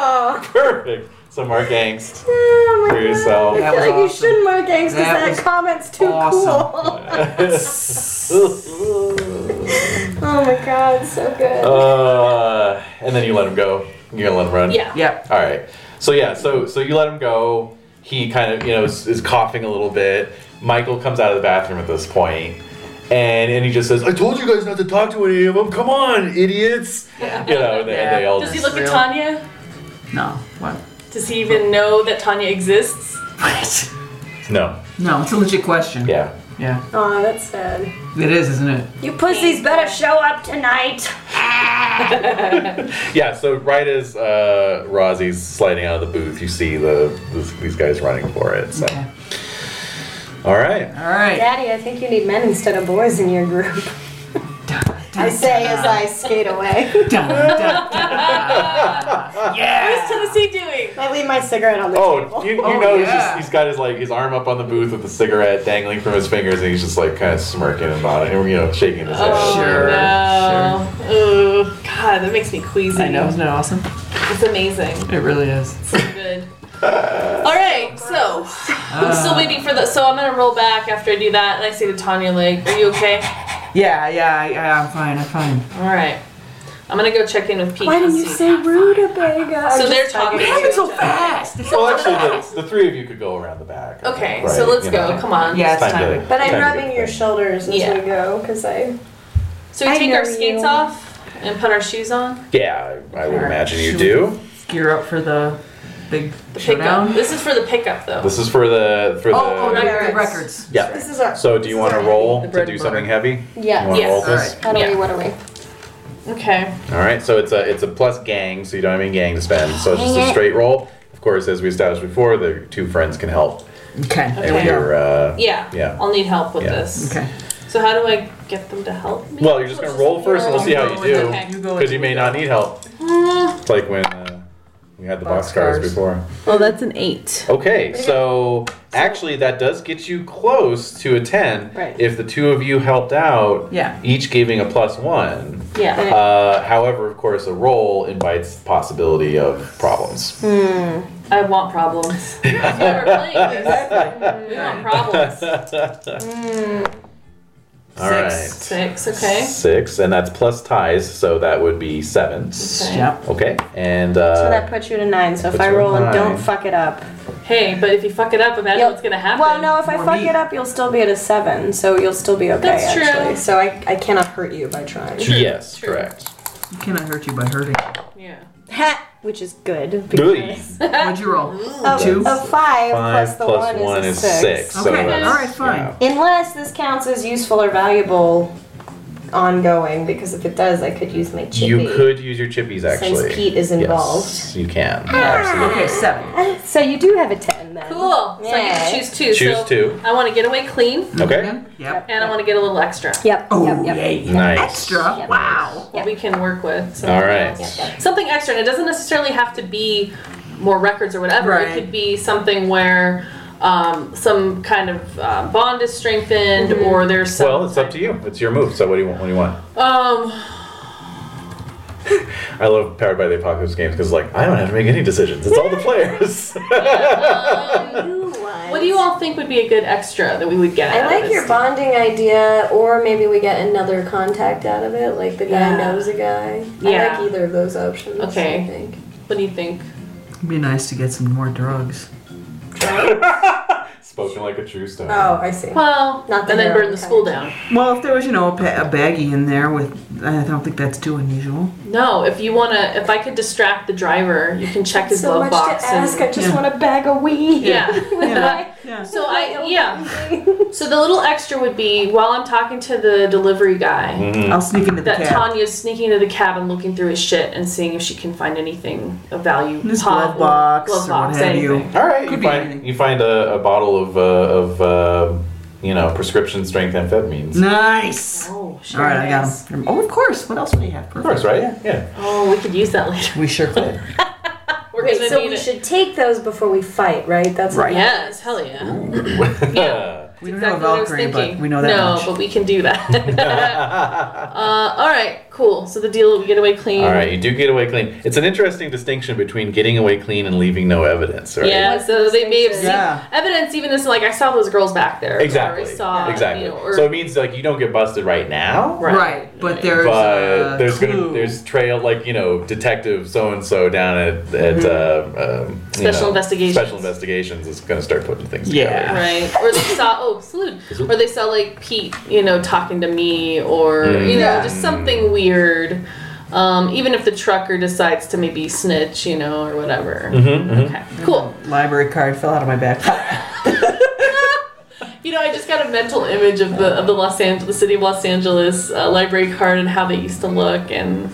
Speaker 7: Oh,
Speaker 6: perfect. Perfect. So mark angst
Speaker 7: oh my
Speaker 6: for yourself.
Speaker 7: God.
Speaker 8: That
Speaker 7: I
Speaker 8: was
Speaker 7: feel like you
Speaker 8: awesome.
Speaker 7: shouldn't mark thanks because
Speaker 8: That
Speaker 7: that,
Speaker 8: was
Speaker 7: comment's too
Speaker 8: awesome.
Speaker 7: cool. Oh my god, so good.
Speaker 6: uh, and then you let him go. You're gonna let him run.
Speaker 5: Yeah.
Speaker 8: Yep.
Speaker 6: All right. So yeah. So so you let him go. He kind of you know is, is coughing a little bit. Michael comes out of the bathroom at this point, and and he just says, "I told you guys not to talk to any of them. Come on, idiots." You know. And they, and they all
Speaker 5: Does he
Speaker 6: just,
Speaker 5: look at
Speaker 8: Real.
Speaker 5: Tanya?
Speaker 8: No. What?
Speaker 5: Does he even know that Tanya exists?
Speaker 8: What?
Speaker 6: no.
Speaker 8: No, it's a legit question.
Speaker 6: Yeah.
Speaker 8: Yeah.
Speaker 7: Aw, that's sad.
Speaker 8: It is, isn't it?
Speaker 7: You pussies better show up tonight.
Speaker 6: Yeah. So right as uh, Rosie's sliding out of the booth, you see the, this, these guys running for it. So
Speaker 8: Okay.
Speaker 6: all right.
Speaker 5: Oh,
Speaker 8: All right.
Speaker 7: Daddy, I think you need men instead of boys in your group. I say as I skate away.
Speaker 8: Dun, dun, dun. Ah.
Speaker 5: What's Tennessee doing?
Speaker 7: I leave my cigarette on the
Speaker 6: Oh,
Speaker 7: table.
Speaker 6: you, you
Speaker 8: Oh,
Speaker 6: know, he's,
Speaker 8: yeah.
Speaker 6: just, he's got his like his arm up on the booth with the cigarette dangling from his fingers, and he's just like kind of smirking about it, and you know, shaking his head.
Speaker 5: Oh,
Speaker 8: Sure,
Speaker 5: No. Ooh, God, that makes me queasy.
Speaker 8: I know, isn't it awesome?
Speaker 5: It's amazing.
Speaker 8: It really is.
Speaker 5: So good. All right, so I'm
Speaker 6: Ah.
Speaker 5: still waiting for the. So I'm gonna roll back after I do that, and I say to Tanya, like, "Are you okay?"
Speaker 8: Yeah, yeah, I, I, I'm fine, I'm fine.
Speaker 5: All right, I'm gonna go check in with Pete.
Speaker 7: Why
Speaker 5: and
Speaker 7: didn't you
Speaker 5: see.
Speaker 7: say rutabaga?
Speaker 5: So they're talking.
Speaker 8: fast?
Speaker 6: Well, actually, the, the three of you could go around the back.
Speaker 5: Okay,
Speaker 6: Right,
Speaker 5: so let's
Speaker 6: you
Speaker 5: go.
Speaker 6: know.
Speaker 5: Come on.
Speaker 8: Yeah, it's
Speaker 6: Time
Speaker 8: time.
Speaker 6: to-
Speaker 7: But I'm
Speaker 6: time to
Speaker 7: rubbing
Speaker 6: get
Speaker 7: your
Speaker 6: things.
Speaker 7: shoulders as
Speaker 5: Yeah.
Speaker 7: we go because I.
Speaker 5: So we
Speaker 7: I
Speaker 5: take our
Speaker 7: know
Speaker 5: skates
Speaker 7: you.
Speaker 5: off and put our shoes on.
Speaker 6: Yeah, I, I would
Speaker 8: Sure.
Speaker 6: imagine you
Speaker 8: Sure.
Speaker 6: do.
Speaker 8: Gear up for the big
Speaker 5: The pickup.
Speaker 8: showdown.
Speaker 5: This is for the pickup, though.
Speaker 6: This is for the uh, for
Speaker 8: Oh, oh,
Speaker 6: the.
Speaker 8: the
Speaker 7: Records.
Speaker 8: records. records.
Speaker 6: yeah.
Speaker 7: This is our.
Speaker 6: So, do you want to roll
Speaker 8: The
Speaker 6: to
Speaker 8: bread
Speaker 6: do
Speaker 8: and
Speaker 6: something heavy? You
Speaker 7: Yeah.
Speaker 6: want to
Speaker 5: Yes.
Speaker 6: roll this?
Speaker 8: Alright.
Speaker 7: How do
Speaker 5: Yeah.
Speaker 7: we? What do we?
Speaker 5: Okay.
Speaker 6: All right. So it's a it's a plus gang, so you don't have any gang to spend. So it's just a straight roll. Of course, as we established before, the two friends can help.
Speaker 8: Okay, there we
Speaker 5: Okay.
Speaker 8: go.
Speaker 6: Your uh,
Speaker 5: Yeah.
Speaker 6: Yeah.
Speaker 5: I'll need help with
Speaker 6: Yeah.
Speaker 5: this.
Speaker 8: Okay.
Speaker 5: So how do I get them to help me?
Speaker 6: Well, you're just gonna roll first, and we'll see how you do.
Speaker 5: Okay.
Speaker 8: You go
Speaker 6: Because
Speaker 8: with-
Speaker 6: you may not need help. It's like when uh, we had the boxcars
Speaker 8: Boxcars.
Speaker 6: before.
Speaker 4: Oh, that's an eight.
Speaker 6: Okay, so actually, that does get you close to a 10
Speaker 7: Right.
Speaker 6: if the two of you helped out,
Speaker 8: Yeah.
Speaker 6: each giving a plus one.
Speaker 5: Yeah.
Speaker 6: Uh, however, of course, a roll invites the possibility of problems.
Speaker 5: I want problems. That's why we're playing this. We want problems.
Speaker 6: All
Speaker 5: six.
Speaker 6: right.
Speaker 5: Six. Okay.
Speaker 6: Six, and that's plus ties, so that would be sevens.
Speaker 5: Okay.
Speaker 8: Yep.
Speaker 6: Okay, and
Speaker 7: So
Speaker 6: uh,
Speaker 7: that puts you at a nine. So if
Speaker 6: puts
Speaker 7: I
Speaker 6: you at
Speaker 7: roll and
Speaker 6: nine.
Speaker 7: don't fuck it up,
Speaker 5: Hey, but if you fuck it up, imagine
Speaker 7: You'll-
Speaker 5: what's gonna happen.
Speaker 7: Well, no, if I
Speaker 8: Or
Speaker 7: fuck
Speaker 8: me.
Speaker 7: it up, you'll still be at a seven, so you'll still be okay.
Speaker 5: That's true.
Speaker 7: Actually, so I, I cannot hurt you by trying.
Speaker 6: yes,
Speaker 5: True.
Speaker 6: correct.
Speaker 8: You cannot hurt you by hurting.
Speaker 5: Yeah.
Speaker 7: Ha! Which is good.
Speaker 6: Three.
Speaker 7: because
Speaker 8: What'd you roll?
Speaker 7: A,
Speaker 8: Two?
Speaker 7: a five,
Speaker 6: Five
Speaker 7: plus the
Speaker 6: plus
Speaker 7: one, is, a
Speaker 6: six. so
Speaker 8: Okay,
Speaker 6: that's-
Speaker 8: alright, fine.
Speaker 6: yeah.
Speaker 7: Unless this counts as useful or valuable, ongoing. Because if it does, I could use my chippy.
Speaker 6: You could use your chippies actually.
Speaker 7: Since Pete is involved.
Speaker 6: Yes, you can. Absolutely.
Speaker 8: Okay, seven.
Speaker 7: So you do have a ten then.
Speaker 5: Cool. So I get to
Speaker 7: Yay.
Speaker 5: choose two.
Speaker 6: Choose
Speaker 5: so
Speaker 6: two.
Speaker 5: I want to get away clean,
Speaker 6: Okay.
Speaker 8: Yep.
Speaker 5: and I want to get a little extra.
Speaker 7: Yep.
Speaker 8: Oh,
Speaker 7: yep, yep.
Speaker 8: yay.
Speaker 6: Nice.
Speaker 8: Extra. Wow.
Speaker 5: What we can work with. something
Speaker 6: All right.
Speaker 5: else. something extra and it doesn't necessarily have to be more records or whatever
Speaker 8: Right.
Speaker 5: it could be something where um, some kind of uh, bond is strengthened
Speaker 7: Mm-hmm.
Speaker 5: or there's some
Speaker 6: Well, it's up to you. It's your move. So what do you want? What do you want?
Speaker 5: um
Speaker 6: I love Powered by the Apocalypse games because like I don't have to make any decisions. It's all the players.
Speaker 5: what do you all think would be a good extra that we would get
Speaker 7: I
Speaker 5: out of
Speaker 7: like
Speaker 5: this?
Speaker 7: your bonding idea, or maybe we get another contact out of it, like the guy
Speaker 5: Yeah.
Speaker 7: knows a guy.
Speaker 5: Yeah.
Speaker 7: I like either of those options.
Speaker 5: Okay.
Speaker 7: I think.
Speaker 5: what do you think
Speaker 8: It'd be nice to get some more drugs.
Speaker 6: Spoken like a true stone.
Speaker 7: Oh, I see.
Speaker 5: well
Speaker 7: Not the
Speaker 5: and then
Speaker 7: hero
Speaker 5: burn the school down
Speaker 8: Well, if there was, you know, a, pa- a baggie in there with, I don't think that's too unusual.
Speaker 5: no if you want to if i could distract the driver you can check his
Speaker 7: so
Speaker 5: glove
Speaker 7: much
Speaker 5: box
Speaker 7: to ask. I
Speaker 5: and,
Speaker 7: just
Speaker 8: Yeah.
Speaker 7: want a bag of weed.
Speaker 5: yeah.
Speaker 8: Yeah. yeah.
Speaker 5: So I yeah. So the little extra would be while I'm talking to the delivery guy,
Speaker 8: I'll sneak into the
Speaker 5: that
Speaker 8: cab.
Speaker 5: Tanya's sneaking into the cab and looking through his shit and seeing if she can find anything of value.
Speaker 8: This
Speaker 5: Pot,
Speaker 8: glove box
Speaker 5: glove
Speaker 8: or what
Speaker 5: box,
Speaker 8: have you.
Speaker 5: anything.
Speaker 6: All right, you
Speaker 8: Could be
Speaker 6: find
Speaker 8: anything.
Speaker 6: you find a, a bottle of uh, of uh, you know prescription strength amphetamines.
Speaker 8: Nice.
Speaker 5: Oh, shit.
Speaker 8: All right, I got them. Oh, of course. What else would you have?
Speaker 6: Of course, right? Yeah.
Speaker 5: Oh, we could use that later.
Speaker 8: We sure could.
Speaker 5: We're
Speaker 7: Wait,
Speaker 5: gonna
Speaker 7: so
Speaker 5: need
Speaker 7: we
Speaker 5: it.
Speaker 7: should take those before we fight, right? That's
Speaker 8: Right.
Speaker 5: Yes, hell yeah. Yeah.
Speaker 8: we don't
Speaker 5: Exactly
Speaker 8: know
Speaker 5: what I was
Speaker 8: Valkyrie, but
Speaker 5: thinking.
Speaker 8: we know that
Speaker 5: No,
Speaker 8: much.
Speaker 5: but we can do that. uh, all right, cool. So the deal, we get away clean.
Speaker 6: All right, you do get away clean. It's an interesting distinction between getting away clean and leaving no evidence, right?
Speaker 5: Yeah,
Speaker 7: What's
Speaker 5: so
Speaker 7: the
Speaker 5: they may have seen
Speaker 7: distinction?
Speaker 8: Yeah.
Speaker 5: evidence, even this, like, I saw those girls back there. or
Speaker 6: Exactly.
Speaker 5: I saw,
Speaker 6: exactly.
Speaker 5: You know, or,
Speaker 6: so it means like you don't get busted right now,
Speaker 5: right.
Speaker 8: Right, but there's uh,
Speaker 6: but
Speaker 8: a
Speaker 6: there's
Speaker 8: clue.
Speaker 6: gonna there's trail like you know detective so and so down at at uh, um, you
Speaker 5: Mm-hmm. Special
Speaker 6: know,
Speaker 5: investigations.
Speaker 6: Special investigations is gonna start putting things
Speaker 8: Yeah.
Speaker 6: together.
Speaker 5: Right. Or they saw oh salute. Or they saw like Pete, you know, talking to me or
Speaker 6: Mm.
Speaker 5: you know,
Speaker 8: Yeah.
Speaker 5: just something weird. Um, even if the trucker decides to maybe snitch, you know, or whatever.
Speaker 6: Mm-hmm,
Speaker 5: Okay. Cool.
Speaker 8: Library card fell out of my backpack.
Speaker 5: You know, I just got a mental image of the of the Los Angeles, the city of Los Angeles uh, library card and how they used to look, and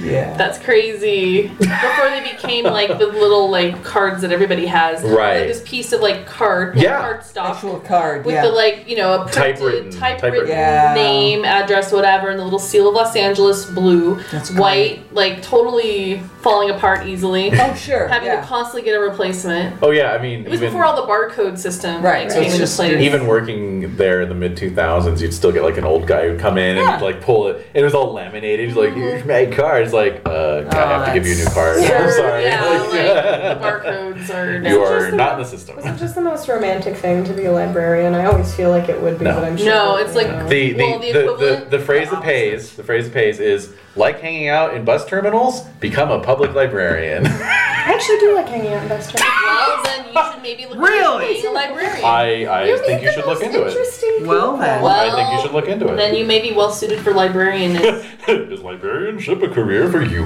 Speaker 8: yeah.
Speaker 5: that's crazy. Before they became like the little like cards that everybody has,
Speaker 6: Right.
Speaker 5: Like, this piece of like card,
Speaker 6: Yeah.
Speaker 5: card stock,
Speaker 8: Actual card.
Speaker 5: with
Speaker 8: yeah.
Speaker 5: the like you know a printed,
Speaker 6: Typewritten-
Speaker 5: typewritten,
Speaker 6: typewritten.
Speaker 8: Yeah.
Speaker 5: name address whatever and the little seal of los angeles blue
Speaker 8: That's
Speaker 5: white like totally falling apart easily
Speaker 8: oh sure.
Speaker 5: having
Speaker 8: yeah.
Speaker 5: to constantly get a replacement
Speaker 6: Oh yeah, I mean
Speaker 5: it was
Speaker 6: even,
Speaker 5: before all the barcode system
Speaker 8: Right,
Speaker 5: like,
Speaker 8: so
Speaker 5: came
Speaker 8: it's
Speaker 5: into
Speaker 8: just
Speaker 5: place.
Speaker 6: even working there in the mid 2000s, you'd still get like an old guy who'd come in
Speaker 8: Yeah.
Speaker 6: and like pull it. and It was all laminated. He's like, "Here's my card." It's like, uh, God, I have to give you a new card. I'm
Speaker 5: Sure,
Speaker 6: sorry.
Speaker 5: yeah,
Speaker 6: Like,
Speaker 5: like, the barcodes are now
Speaker 6: you
Speaker 7: just
Speaker 6: are
Speaker 7: the-
Speaker 6: not in the system.
Speaker 7: Was it just the most romantic thing to be a librarian? I always feel like it would be,
Speaker 6: No.
Speaker 7: but I'm sure.
Speaker 5: No,
Speaker 7: it
Speaker 5: it's like-
Speaker 7: wouldn't.
Speaker 6: The the,
Speaker 5: Well, the
Speaker 6: the,
Speaker 5: equivalent-
Speaker 6: the, the phrase that pays the phrase that pays is like hanging out in bus terminals. Become a public librarian.
Speaker 7: I actually do like hanging out in bus terminals.
Speaker 5: well then you should maybe look
Speaker 8: Really?
Speaker 5: into being a librarian
Speaker 6: I I think you should look into it.
Speaker 7: Interesting.
Speaker 8: Well then.
Speaker 5: Well,
Speaker 6: I think you should look into
Speaker 5: then
Speaker 6: it.
Speaker 5: you may be well suited for librarian
Speaker 6: Is librarianship a career for you?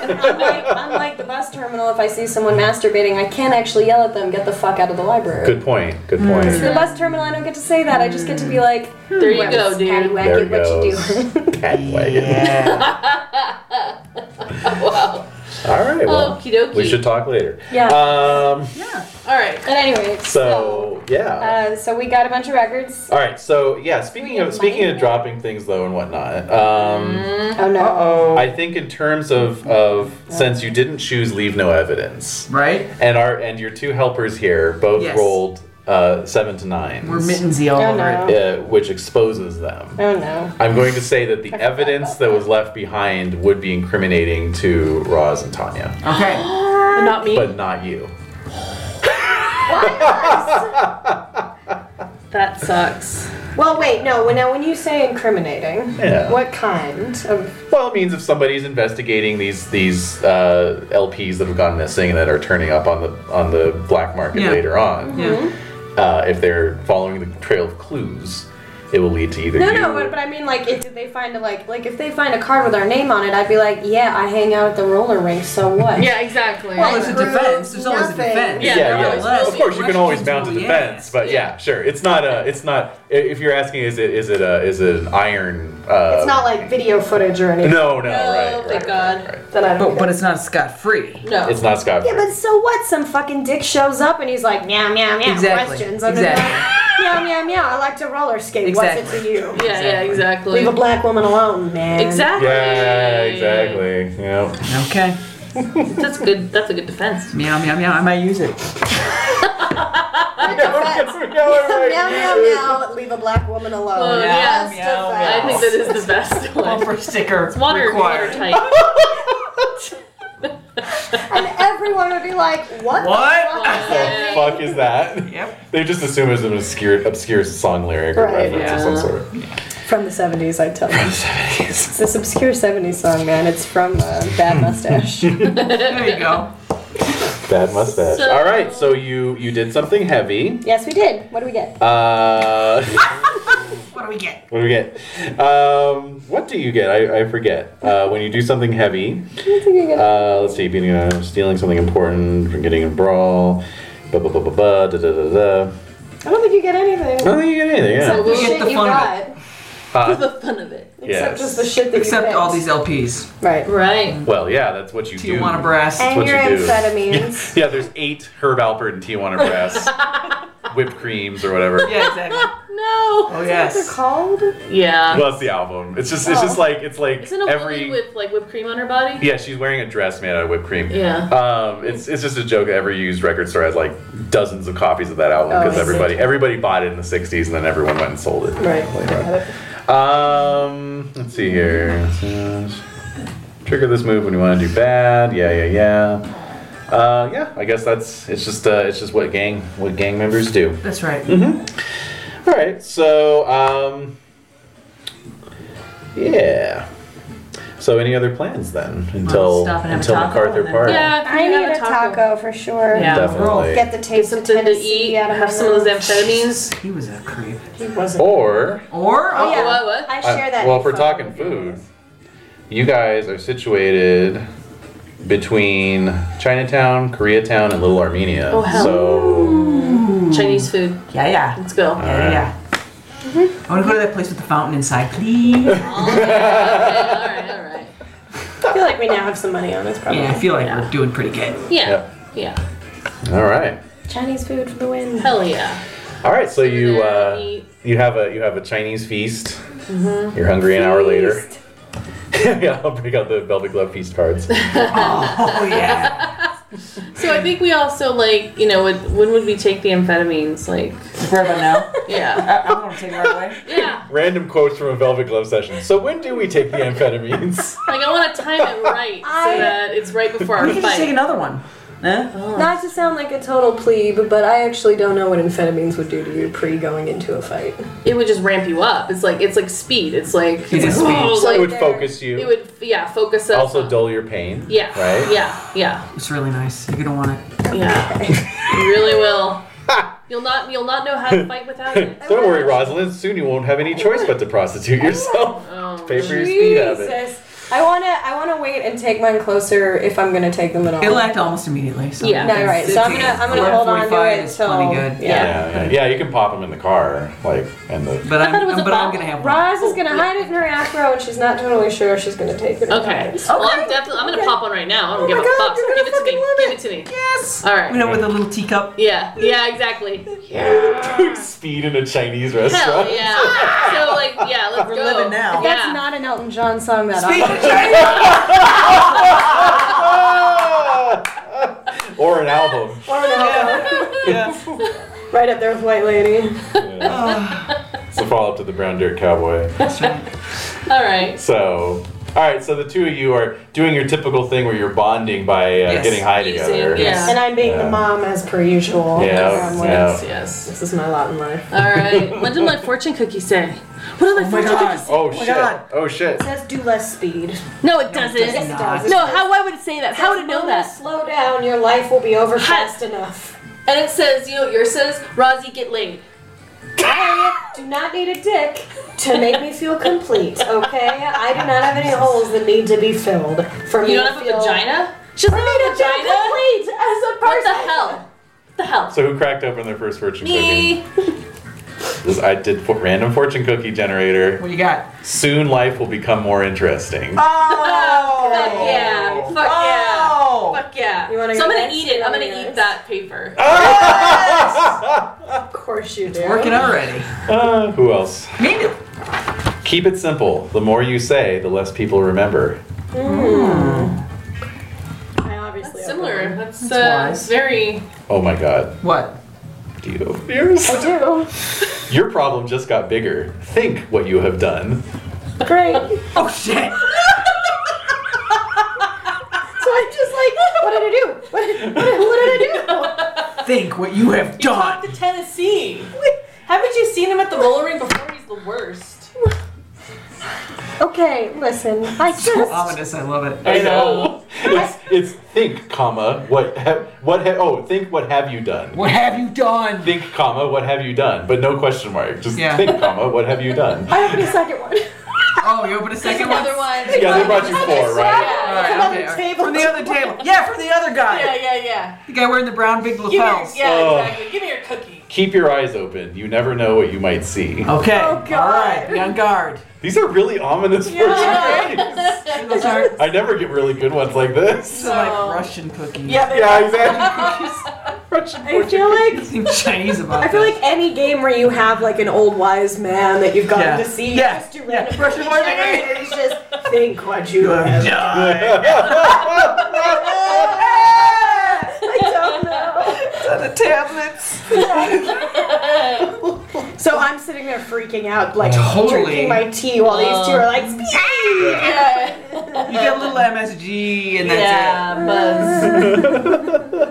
Speaker 7: unlike, unlike the bus terminal, if I see someone masturbating, I can't actually yell at them. Get the fuck out of the library.
Speaker 6: Good point. Good point.
Speaker 7: In the bus terminal, I don't get to say that. I just get to be like,
Speaker 5: there you go dude
Speaker 6: There
Speaker 7: Paddywhack
Speaker 6: it
Speaker 7: it, what you do.
Speaker 6: Catwagon.
Speaker 8: Yeah.
Speaker 6: All right. Well,
Speaker 5: Okie dokie.
Speaker 6: we should talk later.
Speaker 7: Yeah.
Speaker 6: Um.
Speaker 8: yeah.
Speaker 5: all right
Speaker 7: but anyway,
Speaker 6: So yeah.
Speaker 7: uh, so we got a bunch of records.
Speaker 6: All right. So yeah. Speaking of speaking of dropping things though and whatnot. Um.
Speaker 7: Oh no.
Speaker 8: Oh.
Speaker 6: I think in terms of of since you didn't choose leave no evidence
Speaker 8: Right.
Speaker 6: and our and your two helpers here both
Speaker 8: Yes.
Speaker 6: rolled uh, seven to 9
Speaker 8: We're mittensy all
Speaker 7: Oh,
Speaker 8: over
Speaker 7: no.
Speaker 8: it.
Speaker 6: uh, which exposes them.
Speaker 7: Oh no.
Speaker 6: I'm going to say that the evidence that was left behind would be incriminating to Roz and Tanya,
Speaker 8: Okay.
Speaker 5: not me
Speaker 6: but not you.
Speaker 5: that sucks
Speaker 7: Well, wait, no. When, now, when you say incriminating,
Speaker 6: Yeah.
Speaker 7: what kind of?
Speaker 6: Well, it means if somebody's investigating these these uh, LPs that have gone missing and that are turning up on the on the black market
Speaker 8: Yeah.
Speaker 6: later on,
Speaker 8: Yeah.
Speaker 6: uh, if they're following the trail of clues, it will lead to either
Speaker 7: No,
Speaker 6: you.
Speaker 7: no. But, but I mean, like, if, did they find a like, like if they find a card with our name on it, I'd be like, yeah, I hang out at the roller rink. So what?
Speaker 5: Yeah, exactly.
Speaker 8: Well, it's a defense. There's always a
Speaker 7: Nothing.
Speaker 8: defense.
Speaker 5: Yeah,
Speaker 6: yeah, yeah.
Speaker 8: nevertheless,
Speaker 6: Of course, you can always mount a
Speaker 8: questions will be
Speaker 6: defense,
Speaker 8: asked.
Speaker 6: but yeah, sure. It's not a. It's not. i- If you're asking, is it is it a is it an iron? Uh,
Speaker 7: It's not like video footage or anything.
Speaker 6: No, no,
Speaker 5: No,
Speaker 6: right.
Speaker 5: thank
Speaker 6: right, right,
Speaker 5: God.
Speaker 6: right.
Speaker 7: Then I don't.
Speaker 8: But, but it's not scot free.
Speaker 5: no.
Speaker 6: It's not Scott.
Speaker 7: yeah, but so what? Some fucking dick shows up and he's like, meow, meow, meow.
Speaker 8: Exactly.
Speaker 7: Questions. And they're
Speaker 8: Exactly.
Speaker 7: like, meow, meow, meow. I like to roller skate. What's it
Speaker 8: Exactly.
Speaker 7: to you?
Speaker 5: yeah, yeah, exactly.
Speaker 7: Leave a black woman alone, man.
Speaker 5: Exactly.
Speaker 6: yeah, exactly. Yeah.
Speaker 8: Okay.
Speaker 5: That's good. That's a good defense.
Speaker 8: Meow meow meow. I might use it.
Speaker 7: meow, meow, meow. Leave a black woman alone.
Speaker 5: Oh, yes.
Speaker 7: That's
Speaker 8: meow,
Speaker 7: the
Speaker 5: I
Speaker 7: fact.
Speaker 5: think that is the best one.
Speaker 8: Bumper sticker
Speaker 5: It's water,
Speaker 8: required.
Speaker 5: watertight.
Speaker 7: And everyone would be like, what? the
Speaker 8: What?
Speaker 7: fuck is that?
Speaker 5: Yeah.
Speaker 6: Fuck is that?
Speaker 8: Yep.
Speaker 6: They just assume it's an obscure, obscure song lyric or
Speaker 7: Right,
Speaker 6: reference of some sort.
Speaker 7: From the 70s, I tell you. From the 70s. It's this obscure 70s song, man. It's from uh, Bad Mustache.
Speaker 8: There you go.
Speaker 6: Bad mustache.
Speaker 5: So-
Speaker 6: All right, so you you did something heavy.
Speaker 7: yes, we did. What do we get?
Speaker 6: Uh,
Speaker 8: What do we get?
Speaker 6: what do we get? Um, what do you get? I, I forget. Uh, when you do something heavy, uh, let's see, beating, uh, stealing something important, getting in a brawl, ba ba ba ba ba da da da da.
Speaker 7: I don't think you get anything.
Speaker 6: I don't think you get anything. Yeah.
Speaker 7: Except the
Speaker 5: We'll
Speaker 7: shit
Speaker 8: get the
Speaker 7: you
Speaker 8: fun of
Speaker 7: got.
Speaker 5: For
Speaker 6: Huh?
Speaker 5: the fun of it.
Speaker 6: Yes.
Speaker 7: Except just the shit that you
Speaker 8: Except
Speaker 7: picked.
Speaker 8: all these LPs.
Speaker 7: Right.
Speaker 5: Right.
Speaker 6: Well, yeah, that's what you do.
Speaker 8: Tijuana Brass.
Speaker 7: And
Speaker 6: what
Speaker 7: your
Speaker 6: you do.
Speaker 7: amphetamines.
Speaker 6: Yeah, there's eight Herb Alpert and Tijuana Brass whipped creams or whatever.
Speaker 8: Yeah, exactly.
Speaker 5: No.
Speaker 8: Oh
Speaker 7: They're
Speaker 8: yes.
Speaker 7: called?
Speaker 5: Yeah.
Speaker 6: Well, that's the album. It's just, it's just
Speaker 7: Oh.
Speaker 6: like, it's like
Speaker 5: Isn't a
Speaker 6: every.
Speaker 5: woman with like whipped cream on her body?
Speaker 6: yeah, she's wearing a dress made out of whipped cream.
Speaker 5: Yeah.
Speaker 6: Um, it's, it's just a joke. Every used record store has like dozens of copies of that album
Speaker 7: Oh,
Speaker 6: because
Speaker 7: I see.
Speaker 6: everybody everybody bought it in the '60s and then everyone went and sold it.
Speaker 7: Right.
Speaker 6: Um, let's see here. Trigger this move when you want to do bad. Yeah, yeah, yeah. Uh, yeah. I guess that's it's just uh, it's just what gang what gang members do.
Speaker 8: That's right.
Speaker 6: Mm-hmm. All right, so um, yeah. So any other plans then until
Speaker 8: stop and have a
Speaker 6: until
Speaker 8: taco
Speaker 5: and
Speaker 6: MacArthur
Speaker 5: then-
Speaker 6: Park?
Speaker 5: Yeah. can
Speaker 7: I
Speaker 5: you have
Speaker 7: need a taco for sure.
Speaker 5: Yeah.
Speaker 6: definitely.
Speaker 7: Get the taste of
Speaker 5: Something to
Speaker 7: Tennessee
Speaker 5: eat.
Speaker 7: out of
Speaker 5: Have
Speaker 7: my
Speaker 5: some of those
Speaker 7: mouth.
Speaker 5: amphetamines.
Speaker 8: He was a creep.
Speaker 7: He wasn't.
Speaker 6: Or
Speaker 8: Or
Speaker 7: Oh, yeah.
Speaker 5: What, what?
Speaker 7: I
Speaker 6: uh,
Speaker 7: share that.
Speaker 6: well, if we're
Speaker 7: info
Speaker 6: talking
Speaker 7: with you
Speaker 6: food,
Speaker 7: guys.
Speaker 6: you guys are situated between Chinatown, Koreatown, and Little Armenia.
Speaker 5: Oh, hell.
Speaker 6: So
Speaker 5: Chinese food.
Speaker 8: yeah, yeah.
Speaker 5: Let's go.
Speaker 8: Yeah, yeah. yeah. Mm-hmm. I want to go to that place with the fountain inside, please.
Speaker 5: Okay, all right, all right.
Speaker 7: I feel like we now have some money on this problem.
Speaker 8: yeah, I feel like we're doing pretty good.
Speaker 5: Yeah. Yeah.
Speaker 6: all right,
Speaker 7: Chinese food for the win.
Speaker 5: Hell yeah.
Speaker 6: all right. So you
Speaker 5: Dinner,
Speaker 6: uh,
Speaker 5: eat. Mm-hmm.
Speaker 6: you have a you have a Chinese feast. You're hungry an hour later. yeah, I'll break out the Velvet Glove feast cards.
Speaker 8: Oh yeah.
Speaker 5: So I think we also like, you know, would, when would we take the amphetamines? Like,
Speaker 8: Right about now.
Speaker 5: yeah.
Speaker 8: I, I'm gonna take it right away.
Speaker 5: Yeah.
Speaker 6: Random quotes from a Velvet Glove session. So when do we take the amphetamines?
Speaker 5: Like, I want to time it right so
Speaker 7: I-
Speaker 5: that it's right before our
Speaker 8: We can just take
Speaker 5: fight.
Speaker 8: another one. Huh?
Speaker 7: Not to sound like a total plebe, but I actually don't know what amphetamines would do to you pre going into a fight.
Speaker 5: It would just ramp you up. It's like, it's like speed. It's like,
Speaker 8: It is speed.
Speaker 5: Oh,
Speaker 6: it
Speaker 5: like-
Speaker 6: would focus you.
Speaker 5: it would, yeah, focus us.
Speaker 6: also
Speaker 5: on-
Speaker 6: dull your pain.
Speaker 5: Yeah.
Speaker 6: Right?
Speaker 5: Yeah. Yeah.
Speaker 8: It's really nice. You're gonna want it.
Speaker 5: Yeah. you really will. You'll not. You'll not know how to fight without it.
Speaker 6: Don't worry, Rosalind. Soon you won't have any choice but to prostitute yourself.
Speaker 5: Oh.
Speaker 6: Pay for your speed habit.
Speaker 7: I wanna I wanna wait and take mine closer if I'm gonna take them at all.
Speaker 8: It'll act almost immediately. So
Speaker 5: Yeah.
Speaker 7: no, right. So I'm gonna I'm gonna hold on to
Speaker 8: 11:45
Speaker 7: it
Speaker 8: is
Speaker 7: till
Speaker 8: plenty good.
Speaker 7: yeah.
Speaker 6: Yeah, yeah, yeah. You can pop them in the car, like, and the.
Speaker 8: But I'm,
Speaker 5: thought it was a
Speaker 8: but I'm
Speaker 5: bottle.
Speaker 8: gonna have one.
Speaker 7: Roz is gonna hide it in her afro and she's not totally sure if she's gonna take it. or
Speaker 5: Okay.
Speaker 7: not.
Speaker 5: Well, I'm definitely. I'm gonna pop one right now. I don't give
Speaker 7: God,
Speaker 5: a fuck.
Speaker 7: you're gonna
Speaker 5: Give it to me.
Speaker 7: fucking love
Speaker 5: Give
Speaker 7: it.
Speaker 5: it to me.
Speaker 8: Yes.
Speaker 5: All right.
Speaker 8: You know, with a little teacup.
Speaker 5: Yeah. Yeah. Exactly.
Speaker 6: speed in a Chinese restaurant.
Speaker 5: Hell yeah. So like yeah, let's
Speaker 8: We're
Speaker 5: go.
Speaker 8: living
Speaker 5: Yeah.
Speaker 8: now.
Speaker 7: That's not an Elton John song that
Speaker 8: Speaking
Speaker 7: often.
Speaker 8: of Chinese,
Speaker 6: Ah! or an album.
Speaker 8: yeah.
Speaker 7: Right up there with White Lady.
Speaker 6: It's the follow up to the Brown Dirt Cowboy.
Speaker 8: That's right.
Speaker 5: All right.
Speaker 6: So, All right, so the two of you are doing your typical thing where you're bonding by uh,
Speaker 8: Yes.
Speaker 6: getting high
Speaker 5: Using-
Speaker 6: together.
Speaker 5: yeah.
Speaker 7: And I'm being
Speaker 6: Yeah.
Speaker 7: the mom as per usual.
Speaker 6: Yeah,
Speaker 7: Um,
Speaker 6: yeah.
Speaker 5: Yes, yes.
Speaker 7: This is my lot in life.
Speaker 5: All right. What did my fortune cookie say? What did my fortune cookie say?
Speaker 6: Oh,
Speaker 8: my
Speaker 6: shit.
Speaker 8: God.
Speaker 6: Oh shit.
Speaker 7: It says do less speed.
Speaker 5: No, it doesn't.
Speaker 7: Yes, it does.
Speaker 5: No, how? Why would it say that? How would it know
Speaker 7: Mama,
Speaker 5: that?
Speaker 7: Slow down. Your life will be over fast enough.
Speaker 5: And it says, you know, what yours says, Rosie, get laid.
Speaker 7: I do not need a dick to make me feel complete. Okay, I do not have any holes that need to be filled for me.
Speaker 5: You don't
Speaker 7: to
Speaker 5: have a
Speaker 7: feel-
Speaker 5: vagina? She doesn't
Speaker 7: For me
Speaker 5: have a
Speaker 7: to feel
Speaker 5: vagina?
Speaker 7: complete as a person.
Speaker 5: What the hell? The hell?
Speaker 6: So who cracked open their first fortune
Speaker 5: Me.
Speaker 6: cookie? This- I did fo- random fortune cookie generator.
Speaker 8: What do you got?
Speaker 6: Soon life will become more interesting.
Speaker 8: Oh,
Speaker 5: Fuck yeah. Fuck yeah.
Speaker 8: Oh,
Speaker 5: Fuck yeah.
Speaker 7: You wanna
Speaker 5: so I'm
Speaker 7: go
Speaker 5: gonna
Speaker 7: next?
Speaker 5: eat it. I'm gonna
Speaker 7: Yes.
Speaker 5: eat that paper.
Speaker 7: Of course you do.
Speaker 8: working already.
Speaker 6: Uh, who else?
Speaker 8: Maybe
Speaker 6: Keep it simple. The more you say, the less people remember.
Speaker 7: I obviously
Speaker 5: That's
Speaker 7: have
Speaker 5: similar. That's, uh,
Speaker 8: wise.
Speaker 5: very.
Speaker 6: Oh my god.
Speaker 8: what?
Speaker 6: Do you have ears? Your problem just got bigger. Think what you have done.
Speaker 7: one. Great.
Speaker 8: Oh shit!
Speaker 7: So I'm just like, what did I do? What did, what did, what did I do?
Speaker 8: Think what you have done.
Speaker 5: to Tennessee. Haven't you seen him at the roller rink before? He's the worst.
Speaker 7: Okay, listen. I just.
Speaker 8: So ominous. I love it.
Speaker 6: I know. it's, it's think, comma, what have, what ha- oh, think what have you done.
Speaker 8: What have you done?
Speaker 6: Think, comma, what have you done? But no question mark. Just
Speaker 8: Yeah.
Speaker 6: think, comma, what have you done?
Speaker 7: I opened a second one.
Speaker 8: Oh, you open a second one.
Speaker 5: Another one.
Speaker 6: Yeah, they brought you four, right?
Speaker 8: All
Speaker 5: Yeah,
Speaker 8: right,
Speaker 7: Another
Speaker 8: okay, all right.
Speaker 7: table.
Speaker 8: From the other table. Yeah, from the other guy.
Speaker 5: yeah, yeah, yeah.
Speaker 8: The guy wearing the brown big
Speaker 5: Give me
Speaker 8: lapels.
Speaker 5: your, yeah,
Speaker 6: Oh.
Speaker 5: exactly. Give me your cookie.
Speaker 6: Keep your eyes open. You never know what you might see.
Speaker 8: Okay.
Speaker 5: Oh,
Speaker 7: God.
Speaker 8: All right. Be on guard.
Speaker 6: These are really ominous fortune cookies.
Speaker 8: Those are
Speaker 6: I never get really good ones like
Speaker 8: these
Speaker 6: this.
Speaker 8: are like Russian cookies.
Speaker 6: Yeah, exactly. Russian
Speaker 7: I feel like.
Speaker 8: Seem Chinese about
Speaker 7: I feel
Speaker 8: this.
Speaker 7: like any game where you have like an old wise man that you've gotten
Speaker 8: Yeah.
Speaker 7: to see,
Speaker 8: Yeah.
Speaker 7: you just do
Speaker 8: Yeah.
Speaker 7: random
Speaker 8: Russian wise man.
Speaker 7: generator, you just think what you have. I don't know.
Speaker 8: the tablets.
Speaker 7: So I'm sitting there freaking out, like
Speaker 8: Totally. Um,
Speaker 7: drinking my tea while these two are like,
Speaker 5: Yeah,
Speaker 8: You get a little MSG and that's
Speaker 5: yeah buzz.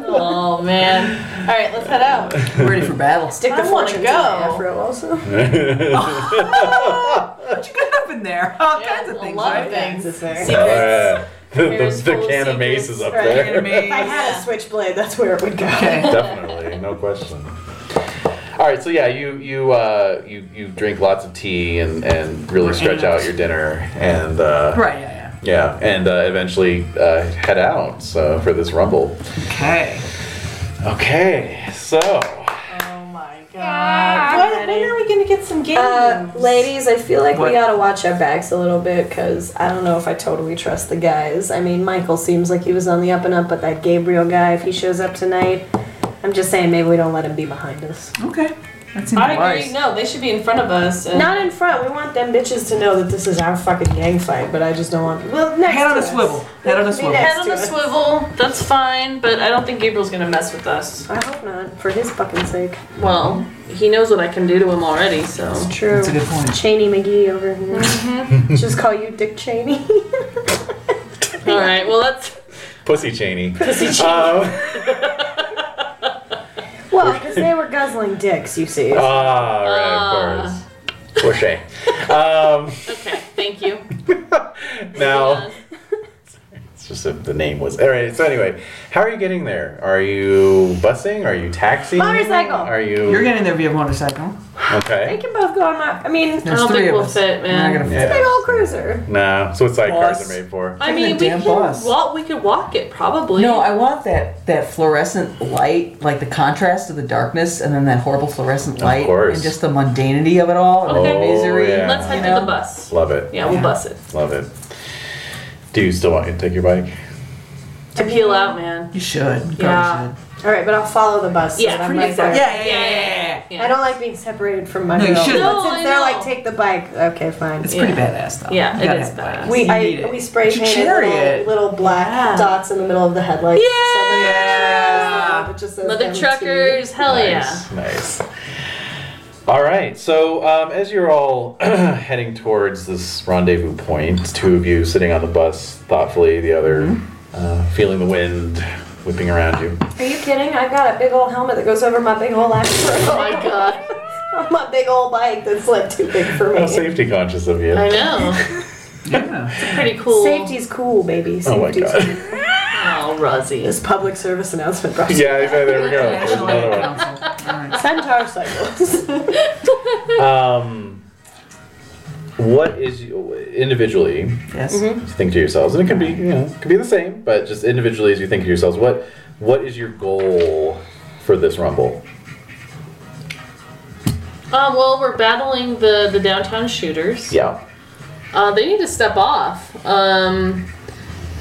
Speaker 5: oh man. All right, let's head out.
Speaker 8: it. We're ready for battle.
Speaker 7: stick the
Speaker 5: I wanna
Speaker 7: fortune to my
Speaker 5: go.
Speaker 7: afro also.
Speaker 8: What you got up in there? All kinds of
Speaker 5: a
Speaker 8: things,
Speaker 5: lot
Speaker 8: right?
Speaker 5: of things.
Speaker 6: Yeah. The,
Speaker 5: Here's
Speaker 6: the, the
Speaker 5: full
Speaker 6: can of mace
Speaker 5: secrets.
Speaker 6: is up
Speaker 7: Right.
Speaker 6: there.
Speaker 7: If I
Speaker 8: Anime.
Speaker 7: had a switchblade, that's where it would go.
Speaker 8: Okay.
Speaker 6: Definitely, no question. All right, so yeah, you you uh, you you drink lots of tea and and really stretch out your dinner and uh,
Speaker 8: Right, yeah,
Speaker 6: yeah, and uh, eventually uh, head out so, for this rumble.
Speaker 8: yeah. Okay.
Speaker 6: Okay, so
Speaker 5: Oh my god.
Speaker 7: What-
Speaker 5: when are we gonna get some games?
Speaker 7: Uh, ladies, I feel like
Speaker 8: What?
Speaker 7: we gotta watch our backs a little bit because I don't know if I totally trust the guys. I mean, Michael seems like he was on the up and up, but that Gabriel guy, if he shows up tonight, I'm just saying maybe we don't let him be behind us.
Speaker 8: Okay. That seems
Speaker 5: I agree.
Speaker 8: wise.
Speaker 5: No, they should be in front of us. And
Speaker 7: Not in front. We want them bitches to know that this is our fucking gang fight, but I just don't want. Well, next
Speaker 8: Head on
Speaker 7: to
Speaker 8: a
Speaker 7: us.
Speaker 8: swivel. Head on a
Speaker 7: Be
Speaker 8: swivel.
Speaker 7: next
Speaker 5: head on
Speaker 7: to
Speaker 5: the
Speaker 7: us.
Speaker 5: swivel. That's fine, but I don't think Gabriel's gonna mess with us.
Speaker 7: I hope not, for his fucking sake.
Speaker 5: Well, he knows what I can do to him already, so.
Speaker 7: It's true.
Speaker 8: That's a good point.
Speaker 7: Cheney McGee over here. just call you Dick Cheney.
Speaker 5: All right. Well, that's.
Speaker 6: pussy Cheney. Pussy Cheney. Um,
Speaker 7: well, because they were guzzling dicks, you see.
Speaker 6: ah, right, of course. Porsche. Um,
Speaker 5: Okay. Thank you.
Speaker 6: now. It's just if the name was. All right. So anyway, how are you getting there? Are you busing? Are you taxiing?
Speaker 7: Motorcycle.
Speaker 6: Are you?
Speaker 8: You're getting there via motorcycle.
Speaker 7: They
Speaker 6: okay.
Speaker 7: can both go on my. I mean,
Speaker 5: I
Speaker 8: There's
Speaker 5: don't
Speaker 8: three
Speaker 5: think
Speaker 8: of
Speaker 5: we'll
Speaker 8: us.
Speaker 5: fit,
Speaker 8: We're not
Speaker 5: man.
Speaker 8: gonna
Speaker 6: Yeah.
Speaker 7: big old cruiser.
Speaker 6: No, that's what sidecars
Speaker 8: Bus.
Speaker 6: are made for.
Speaker 5: I
Speaker 8: Taking
Speaker 5: mean,
Speaker 8: a
Speaker 5: we
Speaker 8: damn
Speaker 5: can
Speaker 8: bus.
Speaker 5: walk. We could walk it probably.
Speaker 9: No, I want that that fluorescent light, like the contrast of the darkness, and then that horrible fluorescent light,
Speaker 6: course.
Speaker 9: and just the mundanity of it all, and
Speaker 6: Oh,
Speaker 9: the misery.
Speaker 6: yeah.
Speaker 5: Let's head
Speaker 9: You
Speaker 5: to
Speaker 9: know?
Speaker 5: the bus.
Speaker 6: Love it.
Speaker 5: Yeah, we'll bus it
Speaker 6: Love it. Do you still want you to take your bike?
Speaker 5: to peel out, man.
Speaker 9: You should. You
Speaker 5: Yeah.
Speaker 9: probably
Speaker 7: All right, but I'll follow the bus. so
Speaker 5: Yeah,
Speaker 7: that I'm
Speaker 5: pretty
Speaker 7: like
Speaker 5: exact.
Speaker 7: there.
Speaker 8: Yeah, yeah, yeah,
Speaker 5: yeah.
Speaker 7: I don't like being separated from my
Speaker 8: No, you
Speaker 7: girl.
Speaker 8: shouldn't.
Speaker 5: No,
Speaker 7: But since
Speaker 5: I
Speaker 7: they're
Speaker 5: know.
Speaker 7: like, take the bike. Okay, fine.
Speaker 9: It's pretty
Speaker 5: Yeah.
Speaker 9: badass though.
Speaker 5: Yeah,
Speaker 9: You
Speaker 5: it
Speaker 9: gotta
Speaker 5: is
Speaker 9: have black.
Speaker 5: badass.
Speaker 7: We
Speaker 8: You
Speaker 7: I,
Speaker 8: need it.
Speaker 7: we spray
Speaker 8: It's your
Speaker 7: painted little,
Speaker 8: chariot.
Speaker 7: little black
Speaker 5: Yeah.
Speaker 7: dots in the middle of the headlights.
Speaker 5: Yeah.
Speaker 7: So that it just says
Speaker 5: Mother
Speaker 7: MT.
Speaker 5: truckers, hell yeah.
Speaker 6: Nice. Nice. All right. So um, as you're all heading towards this rendezvous point, two of you sitting on the bus thoughtfully, the other
Speaker 5: Mm-hmm.
Speaker 6: uh, feeling the wind whipping around you.
Speaker 7: Are you kidding? I've got a big old helmet that goes over my big old afro. Oh my god. my big old bike that's like too big for me.
Speaker 6: How safety conscious of you.
Speaker 5: I know. It's a pretty cool.
Speaker 7: Safety's cool, baby.
Speaker 6: Oh my
Speaker 7: Safety's
Speaker 6: god.
Speaker 5: Oh, Rosie.
Speaker 7: This public service announcement brought to you
Speaker 6: yeah. I know, There we go. There's another one.
Speaker 7: Centaur cycles.
Speaker 6: Um, what is individually?
Speaker 9: Yes.
Speaker 5: Mm-hmm.
Speaker 6: Think to yourselves, and it could be you know, it could be the same, but just individually as you think to yourselves, what what is your goal for this rumble?
Speaker 5: Uh, well, we're battling the, the downtown shooters.
Speaker 6: Yeah.
Speaker 5: Uh, they need to step off. Um,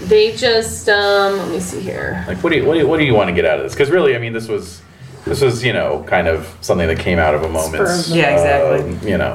Speaker 5: they just um, let me see here.
Speaker 6: Like, what do you what do you, what do you want to get out of this? Because really, I mean, this was this was you know kind of something that came out of a moment. um,
Speaker 7: Spur of
Speaker 8: the- Yeah, exactly.
Speaker 6: you know,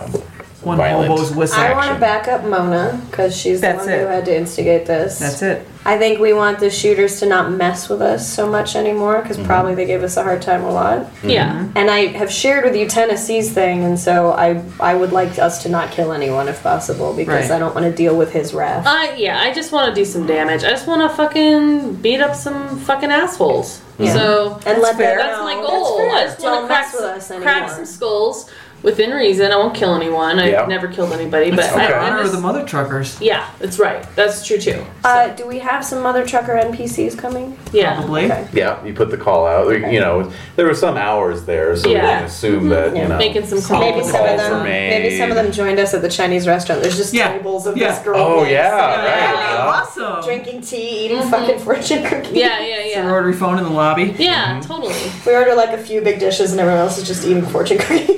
Speaker 8: One
Speaker 6: violent.
Speaker 8: hobo's whistle.
Speaker 7: I want
Speaker 6: Action.
Speaker 7: to back up Mona because she's
Speaker 9: That's
Speaker 7: the one who
Speaker 9: it.
Speaker 7: had to instigate this.
Speaker 9: That's it.
Speaker 7: I think we want the shooters to not mess with us so much anymore
Speaker 9: Mm-hmm.
Speaker 7: because probably they gave us a hard time a lot.
Speaker 6: Mm-hmm.
Speaker 5: Yeah.
Speaker 7: And I have shared with you Tennessee's thing, and so I I would like us to not kill anyone if possible because
Speaker 9: Right.
Speaker 7: I don't want to deal with his wrath.
Speaker 5: Uh, yeah. I just want to do some damage. I just want to fucking beat up some fucking assholes. So
Speaker 7: and let
Speaker 9: fair.
Speaker 7: them
Speaker 5: that's
Speaker 7: know.
Speaker 5: my goal.
Speaker 7: fair.
Speaker 5: I just want to
Speaker 7: Don't
Speaker 5: crack,
Speaker 7: mess with us
Speaker 5: some-
Speaker 7: anymore.
Speaker 5: crack some skulls within reason. I won't kill anyone. I've
Speaker 6: Yeah.
Speaker 5: never killed anybody, but
Speaker 6: Okay.
Speaker 5: I,
Speaker 8: Honor
Speaker 5: I'm
Speaker 8: of the
Speaker 5: just,
Speaker 8: mother truckers.
Speaker 5: yeah, that's right. That's true too.
Speaker 7: Uh, do we have some mother trucker NPCs coming?
Speaker 5: Yeah.
Speaker 8: Probably.
Speaker 7: Okay.
Speaker 6: Yeah, you put the call out. You know, there were some hours there, so we
Speaker 5: Yeah. Mm-hmm.
Speaker 6: can assume that you know.
Speaker 5: Making some calls.
Speaker 7: Maybe some of
Speaker 6: Calls
Speaker 7: them.
Speaker 6: were made.
Speaker 7: Maybe some of them joined us at the Chinese restaurant. There's just
Speaker 8: Yeah.
Speaker 7: tables of
Speaker 8: Yeah.
Speaker 7: this girl.
Speaker 6: Oh
Speaker 7: being
Speaker 6: yeah,
Speaker 7: sitting
Speaker 6: right.
Speaker 7: around,
Speaker 6: yeah.
Speaker 8: Awesome.
Speaker 7: Drinking tea, eating fucking fortune cookies.
Speaker 5: Mm-hmm. Yeah, yeah, yeah.
Speaker 8: Rotary phone in the lobby.
Speaker 5: Yeah,
Speaker 6: Mm-hmm.
Speaker 5: totally.
Speaker 7: We order like a few big dishes, and everyone else is just eating fortune cookies.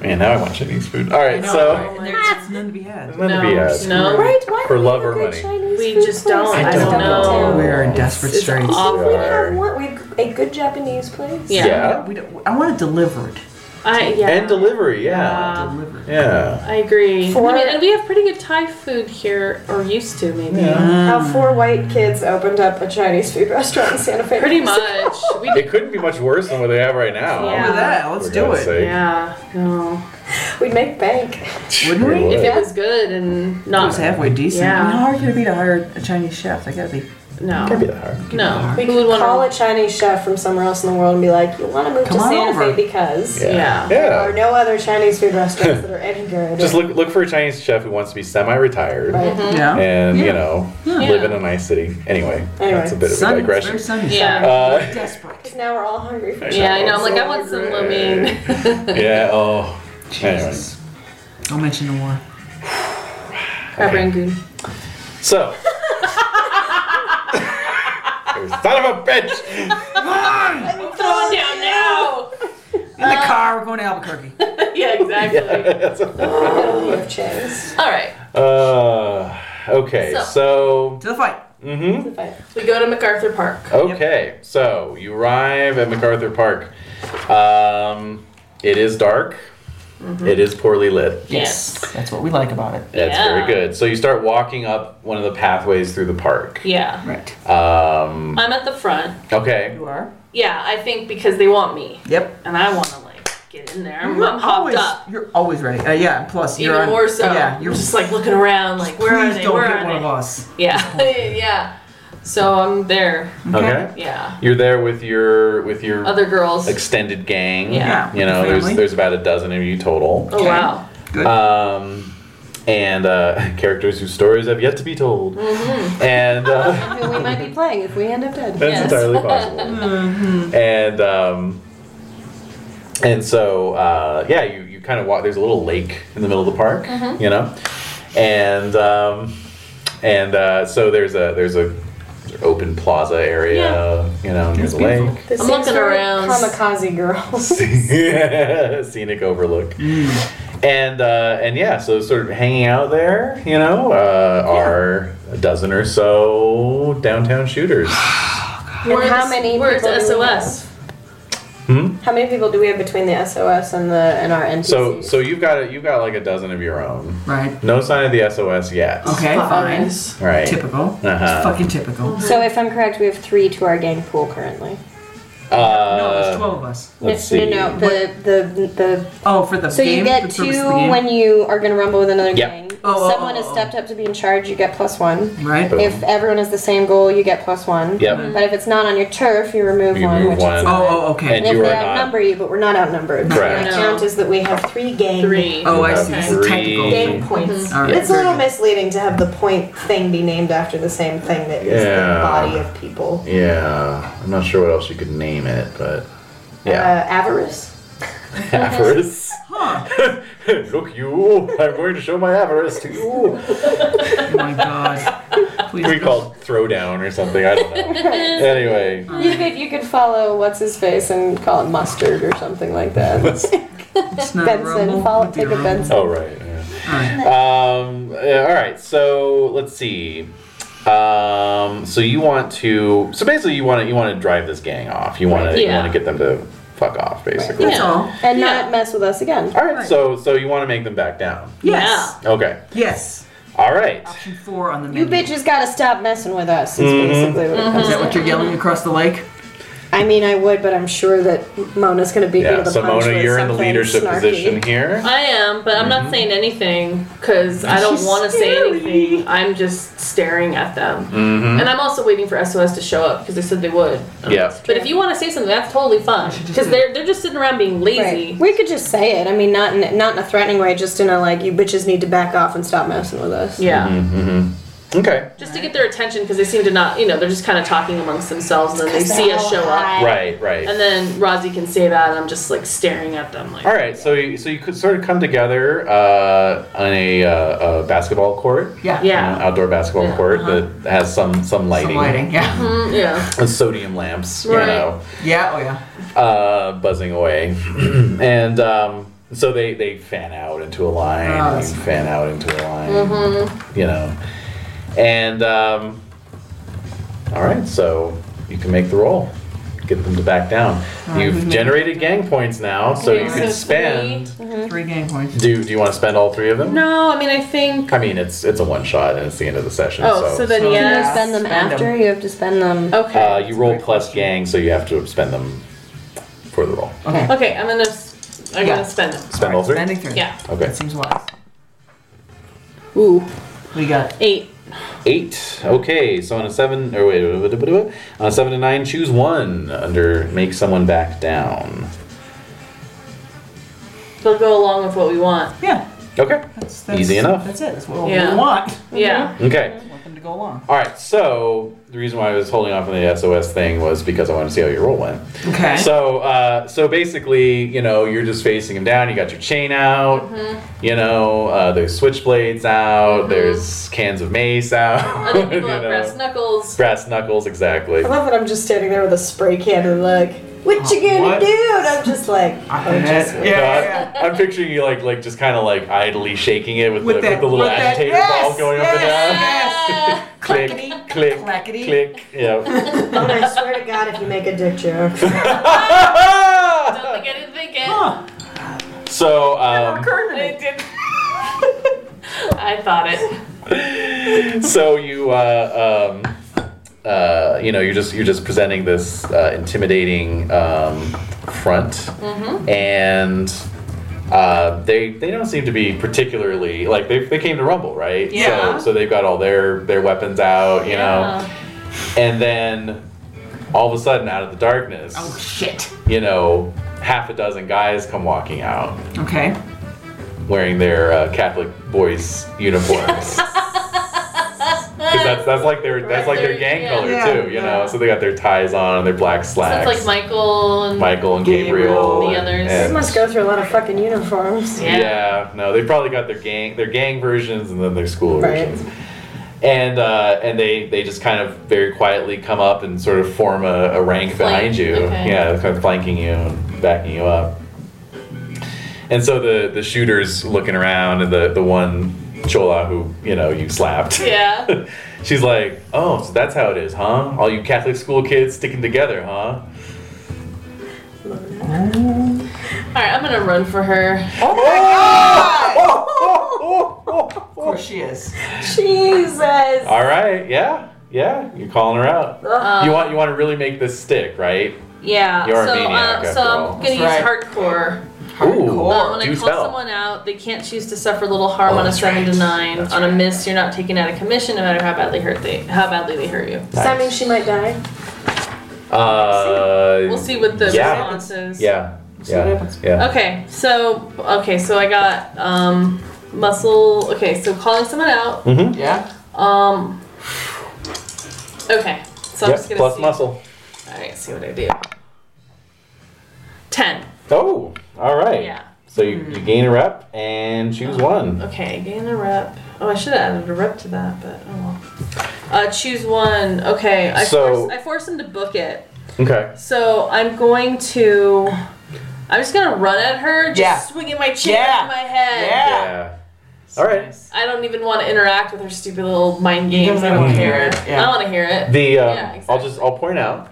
Speaker 6: Man, now I want Chinese food. All right, so
Speaker 8: And there's it's none to be had.
Speaker 6: none to
Speaker 5: No,
Speaker 6: be asked.
Speaker 5: no.
Speaker 7: right? Why
Speaker 6: For
Speaker 7: don't we
Speaker 6: love
Speaker 7: have
Speaker 6: or
Speaker 7: good
Speaker 6: money?
Speaker 7: Chinese
Speaker 5: We
Speaker 7: food
Speaker 5: just don't.
Speaker 7: place
Speaker 5: I
Speaker 7: down
Speaker 5: don't
Speaker 7: downtown?
Speaker 5: know.
Speaker 8: We are in desperate straits.
Speaker 7: We
Speaker 5: Awful.
Speaker 7: have
Speaker 6: Sure.
Speaker 7: one. We have a good Japanese place.
Speaker 5: Yeah.
Speaker 6: Yeah.
Speaker 8: We don't, I want it delivered.
Speaker 5: I yeah.
Speaker 6: And delivery, yeah.
Speaker 5: Yeah.
Speaker 8: Delivered.
Speaker 6: Yeah.
Speaker 5: I agree.
Speaker 7: For-
Speaker 5: I mean, and we have pretty good Thai food here, or used to maybe.
Speaker 7: How four white kids opened up a Chinese food restaurant in Santa Fe.
Speaker 5: Pretty much. We
Speaker 6: It couldn't be much worse than what they have right now.
Speaker 5: Yeah.
Speaker 8: Look at that. Let's
Speaker 6: for
Speaker 8: do
Speaker 6: God's
Speaker 8: it.
Speaker 6: sake.
Speaker 5: yeah. No.
Speaker 7: We'd make bank.
Speaker 8: Wouldn't
Speaker 6: We
Speaker 8: we?
Speaker 6: would.
Speaker 5: If it was good and
Speaker 8: It
Speaker 5: not
Speaker 8: was halfway decent.
Speaker 5: Yeah.
Speaker 8: I mean, how hard could it be to hire a Chinese chef? I gotta be.
Speaker 6: Can't be
Speaker 5: no
Speaker 6: that hard.
Speaker 5: no.
Speaker 7: We
Speaker 5: Who would
Speaker 7: could
Speaker 5: want
Speaker 7: call a
Speaker 5: to?
Speaker 7: Chinese chef from somewhere else in the world and be like, "You want to move
Speaker 8: Come
Speaker 7: to
Speaker 8: on
Speaker 7: Santa
Speaker 8: over."
Speaker 7: Fe because
Speaker 5: Yeah.
Speaker 7: there are
Speaker 6: Yeah.
Speaker 7: no other Chinese food restaurants that are any good."
Speaker 6: Just look look for a Chinese chef who wants to be semi-retired
Speaker 7: Right.
Speaker 8: Yeah.
Speaker 6: and you know live
Speaker 5: Yeah.
Speaker 6: in a nice city. Anyway,
Speaker 7: Anyway.
Speaker 6: that's a bit of
Speaker 8: Sun,
Speaker 6: a
Speaker 8: it's very
Speaker 6: digression.
Speaker 8: sunny.
Speaker 5: Yeah.
Speaker 6: Uh,
Speaker 8: Desperate.
Speaker 7: Now we're all hungry for
Speaker 5: Yeah, I know. I'm like, I want some lo mein.
Speaker 6: yeah. Oh. Anyway.
Speaker 8: Jesus. I'll mention no more.
Speaker 5: Crab Rangoon.
Speaker 6: So. You Son of a bitch!
Speaker 5: Ah! Going down now.
Speaker 8: In
Speaker 5: Ah!
Speaker 8: the car, we're going to Albuquerque.
Speaker 5: yeah, exactly.
Speaker 7: Olive chains.
Speaker 5: All right.
Speaker 6: Uh, okay,
Speaker 5: So-
Speaker 6: so
Speaker 8: to the fight.
Speaker 5: We go to MacArthur Park.
Speaker 6: Okay, so you arrive at MacArthur Park. Um, it is dark.
Speaker 5: Mm-hmm.
Speaker 6: It is poorly lit.
Speaker 5: Yes.
Speaker 9: That's what we like about it.
Speaker 6: That's
Speaker 5: Yeah.
Speaker 6: very good. So you start walking up one of the pathways through the park.
Speaker 5: Yeah.
Speaker 9: Right.
Speaker 6: Um,
Speaker 5: I'm at the front.
Speaker 6: okay.
Speaker 9: You are?
Speaker 5: Yeah, I think because they want me,
Speaker 9: Yep.
Speaker 5: and I want to like get in there. I'm,
Speaker 9: You're
Speaker 5: I'm hopped
Speaker 9: always,
Speaker 5: up.
Speaker 9: You're always ready. Uh, yeah, plus you're
Speaker 5: Even
Speaker 9: on-
Speaker 5: more so.
Speaker 9: Yeah,
Speaker 5: you're
Speaker 9: you're
Speaker 5: just like looking around, like where are
Speaker 8: Please
Speaker 5: they?
Speaker 8: don't
Speaker 5: Where
Speaker 8: hit
Speaker 5: are
Speaker 8: one of
Speaker 5: they?
Speaker 8: us.
Speaker 5: Yeah, yeah. So I'm there.
Speaker 6: okay,
Speaker 5: Yeah,
Speaker 6: You're there with your with your
Speaker 5: other girls.
Speaker 6: extended gang.
Speaker 5: Yeah.
Speaker 6: you know, there's
Speaker 8: Family.
Speaker 6: there's about a dozen of you total.
Speaker 5: oh wow.
Speaker 6: Um, and uh, characters whose stories have yet to be told. And. Uh,
Speaker 7: Who we might be playing if we end up dead.
Speaker 6: That's
Speaker 5: Yes.
Speaker 6: entirely possible. and um, and so uh, yeah, you, you kind of walk. There's a little lake in the middle of the park, you know, and um, and uh, so there's a there's a open plaza area, you know, near the lake.
Speaker 7: This
Speaker 5: I'm
Speaker 7: seems
Speaker 5: looking
Speaker 7: very
Speaker 5: around.
Speaker 7: Kamikaze girls.
Speaker 6: scenic overlook. And uh, and yeah, so sort of hanging out there, you know, uh, are a dozen or so downtown shooters.
Speaker 5: Where's-
Speaker 7: how many
Speaker 5: Where's
Speaker 7: people do we
Speaker 5: SOS?
Speaker 7: How many people do we have between the SOS and the and our NPCs?
Speaker 6: So so you've got a, you've got like a dozen of your own.
Speaker 8: Right.
Speaker 6: No sign of the SOS yet.
Speaker 8: Okay, fine.
Speaker 6: Right. Uh-huh.
Speaker 8: Typical. It's fucking typical.
Speaker 6: Uh,
Speaker 7: So if I'm correct, we have three to our gang pool currently.
Speaker 8: no, it was
Speaker 6: Uh,
Speaker 8: twelve of us.
Speaker 6: let's
Speaker 7: no,
Speaker 6: see.
Speaker 7: no, no, the the the.
Speaker 8: Oh, for the
Speaker 7: So
Speaker 8: game.
Speaker 7: you
Speaker 8: for
Speaker 7: get
Speaker 8: the purpose of
Speaker 7: two
Speaker 8: the game?
Speaker 7: when you are going to rumble with another
Speaker 6: Yep.
Speaker 7: gang.
Speaker 8: Oh, oh,
Speaker 7: If Someone
Speaker 8: oh,
Speaker 7: has
Speaker 8: oh.
Speaker 7: stepped up to be in charge. You get plus one.
Speaker 8: right.
Speaker 6: Boom.
Speaker 7: If everyone has the same goal, you get plus one.
Speaker 6: Yep.
Speaker 7: But if it's not on your turf, you remove
Speaker 6: You
Speaker 7: one.
Speaker 6: remove
Speaker 7: which
Speaker 6: one.
Speaker 7: Is
Speaker 8: Oh, oh, okay.
Speaker 6: And
Speaker 7: And if
Speaker 6: you
Speaker 7: they
Speaker 6: are not-
Speaker 7: outnumber you, but we're not outnumbered. So
Speaker 6: Correct.
Speaker 7: The
Speaker 5: No.
Speaker 7: count is that we have three gang
Speaker 5: Three.
Speaker 8: oh, I
Speaker 6: You
Speaker 8: see.
Speaker 6: have
Speaker 8: This is a
Speaker 6: three-
Speaker 8: technical
Speaker 7: gang
Speaker 6: Mm-hmm.
Speaker 8: thing.
Speaker 7: points.
Speaker 8: All right.
Speaker 7: It's a little
Speaker 8: very
Speaker 7: misleading to have the point thing be named after the same thing that is
Speaker 6: Yeah.
Speaker 7: the body of people.
Speaker 6: Yeah, I'm not sure what else you could name it, but yeah,
Speaker 7: Uh, avarice.
Speaker 6: avarice. Look, you! I'm going to show my avarice to you.
Speaker 8: good. Oh my god. Please.
Speaker 6: We
Speaker 8: don't-
Speaker 6: called throwdown or something. I don't know. anyway,
Speaker 7: You could you could follow what's his face and call it mustard or something like that.
Speaker 8: it's not a rumble.
Speaker 7: Benson, follow
Speaker 8: it'd be
Speaker 7: take a
Speaker 8: rumble.
Speaker 7: Benson.
Speaker 6: oh right. yeah. Um. yeah, All right. So let's see. Um. So you want to? So basically, you want to you want to drive this gang off. You want to you
Speaker 5: Yeah.
Speaker 6: want to get them to fuck off, basically.
Speaker 8: That's
Speaker 5: Yeah.
Speaker 8: all.
Speaker 7: And
Speaker 5: Yeah.
Speaker 7: not mess with us again.
Speaker 6: All right. So so you want to make them back down.
Speaker 8: Yes.
Speaker 6: Okay.
Speaker 8: Yes.
Speaker 6: All right.
Speaker 8: Option four on the
Speaker 7: You
Speaker 8: menu.
Speaker 6: Mm-hmm.
Speaker 7: bitches gotta stop messing with us. Is basically what it comes
Speaker 8: Is that what you're yelling across the lake?
Speaker 7: I mean, I would, but I'm sure that Mona's going to beat me
Speaker 6: Yeah,
Speaker 7: to the
Speaker 6: so
Speaker 7: punch
Speaker 6: Mona,
Speaker 7: with
Speaker 6: you're in the
Speaker 7: something
Speaker 6: leadership
Speaker 7: snarky.
Speaker 6: position here.
Speaker 5: I am, but I'm
Speaker 6: Mm-hmm.
Speaker 5: not saying anything because I don't want to say anything. I'm just staring at them, and I'm also waiting for SOS to show up because they said they would.
Speaker 6: Mm-hmm. Yeah.
Speaker 5: But if you want to say something, that's totally fine because they're they're just sitting around being lazy.
Speaker 7: Right.
Speaker 6: Mm-hmm.
Speaker 7: We could just say it. I mean, not in not in a threatening way, just in a like, you bitches need to back off and stop messing with us.
Speaker 5: Yeah,
Speaker 6: Okay.
Speaker 5: just to get their attention because they seem to not, you know, they're just kind of talking amongst themselves, and then they see us show up,
Speaker 6: Right, right.
Speaker 5: and then Rosie can say that, and I'm just like staring at them, like
Speaker 6: All right, so you, so you could sort of come together uh, on a, uh, a basketball court,
Speaker 8: Yeah.
Speaker 6: an
Speaker 5: yeah,
Speaker 6: outdoor basketball
Speaker 5: Yeah, uh-huh.
Speaker 6: court that has some some lighting,
Speaker 8: Some lighting. Yeah.
Speaker 7: Mm-hmm.
Speaker 5: Mm, yeah.
Speaker 6: and sodium lamps, you
Speaker 5: Right.
Speaker 6: know,
Speaker 8: Yeah. Oh yeah.
Speaker 6: uh, buzzing away, and um, so they, they fan out into a line,
Speaker 8: Oh,
Speaker 6: and
Speaker 8: that's-
Speaker 6: fan out into a line,
Speaker 5: Mm-hmm.
Speaker 6: you know, and um, all right, so you can make the roll, get them to back down. You've generated gang points now, so you
Speaker 5: Oh, Yeah.
Speaker 6: can
Speaker 5: So
Speaker 6: spend.
Speaker 7: Mm-hmm.
Speaker 8: Three game points.
Speaker 6: Do Do you want to spend all three of them?
Speaker 5: No, I mean I think.
Speaker 6: I mean, it's it's a one shot and it's the end of the session.
Speaker 5: Oh, so,
Speaker 6: so,
Speaker 5: then
Speaker 8: so-
Speaker 7: You
Speaker 5: yes.
Speaker 7: spend them
Speaker 8: Spend
Speaker 7: after.
Speaker 8: them.
Speaker 7: You have to spend them.
Speaker 5: Okay.
Speaker 6: uh, you roll plus gang, so you have to spend them for the roll.
Speaker 5: Okay, I'm gonna. s- I'm
Speaker 8: Yeah.
Speaker 5: gonna spend them.
Speaker 6: Spend all three.
Speaker 8: Spending three.
Speaker 5: Yeah.
Speaker 6: Okay.
Speaker 8: That seems wise.
Speaker 5: Ooh.
Speaker 8: We got
Speaker 5: Eight.
Speaker 6: Eight. Okay. So on a seven, or wait, wait, wait, wait, wait, on a seven to nine, choose one under make someone back down.
Speaker 5: They'll go along with what we want.
Speaker 8: yeah.
Speaker 6: Okay.
Speaker 8: That's, that's
Speaker 6: Easy enough.
Speaker 8: That's it. That's what
Speaker 5: Yeah.
Speaker 8: we want.
Speaker 9: Mm-hmm.
Speaker 5: Yeah.
Speaker 6: Okay.
Speaker 8: We want them to go along.
Speaker 6: All right. So the reason why I was holding off on the SOS thing was because I wanted to see how your roll went.
Speaker 8: Okay.
Speaker 6: So, uh, so basically, you know, you're just facing him down. You got your chain out.
Speaker 5: Mm-hmm.
Speaker 6: You know, uh, there's switchblades out. There's cans of mace out.
Speaker 5: Other people
Speaker 6: you
Speaker 5: have
Speaker 6: know.
Speaker 5: brass knuckles.
Speaker 6: Brass knuckles, exactly.
Speaker 7: I love that I'm just standing there with a spray can and like, what you gonna
Speaker 6: What?
Speaker 7: do? And I'm just like,
Speaker 8: I
Speaker 7: I'm
Speaker 8: yeah.
Speaker 7: just-
Speaker 6: No, I'm-
Speaker 8: yeah.
Speaker 6: I'm, picturing you like, like just kind of like idly shaking it with,
Speaker 8: With
Speaker 6: the,
Speaker 8: that-
Speaker 6: with the little
Speaker 8: with that-
Speaker 6: agitator
Speaker 8: yes,
Speaker 6: ball going up and down. click, click,
Speaker 8: clackety.
Speaker 6: click. Yeah.
Speaker 7: Mona, oh, I swear to God, if you make a dick joke,
Speaker 5: Don't think I didn't think it.
Speaker 8: Huh.
Speaker 6: so, um,
Speaker 5: I did. I thought it.
Speaker 6: so you uh, um, uh, you know you're just you're just presenting this uh, intimidating um, front and uh, they they don't seem to be particularly like they, they came to rumble right
Speaker 8: Yeah.
Speaker 6: so, so they've got all their their weapons out you know
Speaker 5: Yeah.
Speaker 6: and then all of a sudden out of the darkness
Speaker 8: Oh shit.
Speaker 6: you know half a dozen guys come walking out
Speaker 8: Okay.
Speaker 6: wearing their uh, Catholic boys uniforms. 'Cause that's that's like their that's like their
Speaker 5: Right,
Speaker 6: gang
Speaker 5: yeah.
Speaker 6: color
Speaker 8: Yeah,
Speaker 6: too, you know.
Speaker 8: yeah.
Speaker 6: So they got their ties on and their black
Speaker 5: So
Speaker 6: slacks.
Speaker 5: it's like Michael and
Speaker 6: Michael and Gabriel,
Speaker 8: Gabriel.
Speaker 5: The
Speaker 6: and-
Speaker 5: others.
Speaker 6: and-
Speaker 7: we must go through a lot of fucking uniforms.
Speaker 5: Yeah.
Speaker 6: yeah. no, they probably got their gang their gang versions and then their school
Speaker 7: Right.
Speaker 6: versions. And uh, and they they just kind of very quietly come up and sort of form a, a rank behind you,
Speaker 5: okay.
Speaker 6: yeah, kind of flanking you and backing you up. And so the the shooter's looking around, and the the one chola who you know you slapped.
Speaker 5: yeah.
Speaker 6: She's like, "Oh, so that's how it is, huh? All you Catholic school kids sticking together, huh?"
Speaker 5: All right, I'm gonna run for her.
Speaker 8: Of course she is.
Speaker 7: Jesus.
Speaker 6: All right, yeah, yeah, you're calling her out.
Speaker 5: Uh,
Speaker 6: you want you want to really make this stick, right?
Speaker 5: Yeah.
Speaker 6: You're a
Speaker 5: so
Speaker 6: maniac
Speaker 5: uh,
Speaker 6: after
Speaker 5: so I'm
Speaker 6: all.
Speaker 5: gonna use
Speaker 9: That's right.
Speaker 5: hardcore.
Speaker 6: Ooh,
Speaker 5: Uh, when I
Speaker 6: do
Speaker 5: call
Speaker 6: spell.
Speaker 5: someone out, they can't choose to suffer little harm
Speaker 6: Oh,
Speaker 5: on a
Speaker 6: that's
Speaker 5: seven to
Speaker 6: right.
Speaker 5: nine.
Speaker 6: That's
Speaker 5: on a miss, you're not taken out of commission, no matter how badly hurt they how badly they hurt you.
Speaker 7: Does that mean she might die?
Speaker 6: Uh,
Speaker 5: We'll see what the
Speaker 6: yeah.
Speaker 5: responses.
Speaker 6: Yeah.
Speaker 8: See what
Speaker 6: Yeah.
Speaker 8: happens.
Speaker 6: Yeah.
Speaker 5: Okay, so okay, so I got um muscle. Okay, so calling someone out.
Speaker 6: Mm-hmm.
Speaker 9: Yeah.
Speaker 5: Um. Okay, so I'm
Speaker 6: Yep.
Speaker 5: just gonna
Speaker 6: Plus
Speaker 5: see.
Speaker 6: muscle.
Speaker 5: All right, see what I do. Ten.
Speaker 6: Oh, all right.
Speaker 5: Yeah. Uh-huh.
Speaker 6: So you, you gain a rep and choose one.
Speaker 5: Okay, gain a rep. Oh, I should have added a rep to that, but oh well. Uh, choose one. Okay, I
Speaker 6: So-
Speaker 5: force, I force him to book it.
Speaker 6: Okay.
Speaker 5: So I'm going to. I'm just gonna run at her, just
Speaker 9: Yeah.
Speaker 5: swinging my chair
Speaker 9: Yeah.
Speaker 5: at my head.
Speaker 9: Yeah.
Speaker 6: Yeah. All right.
Speaker 5: I don't even want to interact with her stupid little mind games. I
Speaker 9: don't
Speaker 5: don't
Speaker 9: wanna
Speaker 5: care.
Speaker 9: hear it, yeah.
Speaker 5: I don't want to hear it.
Speaker 6: The um,
Speaker 5: Yeah,
Speaker 6: I'll just I'll point out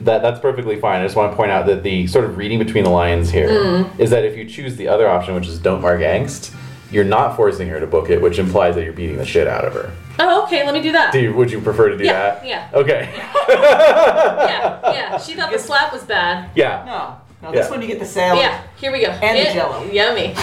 Speaker 6: that that's perfectly fine. I just want to point out that the sort of reading between the lines here is
Speaker 5: Mm-hmm.
Speaker 6: that if you choose the other option, which is don't mark angst, you're not forcing her to book it, which implies that you're beating the shit out of her.
Speaker 5: Oh, okay. Let me do that.
Speaker 6: Do you, would you prefer to do
Speaker 5: Yeah,
Speaker 6: that?
Speaker 5: yeah.
Speaker 6: Okay.
Speaker 5: Yeah, yeah. She thought the slap was bad.
Speaker 6: yeah.
Speaker 9: No. No,
Speaker 6: Yeah.
Speaker 9: this one you get the salad.
Speaker 5: Yeah. Here we go.
Speaker 9: Oh. And the
Speaker 5: Yeah,
Speaker 9: Jell-O.
Speaker 5: Yummy.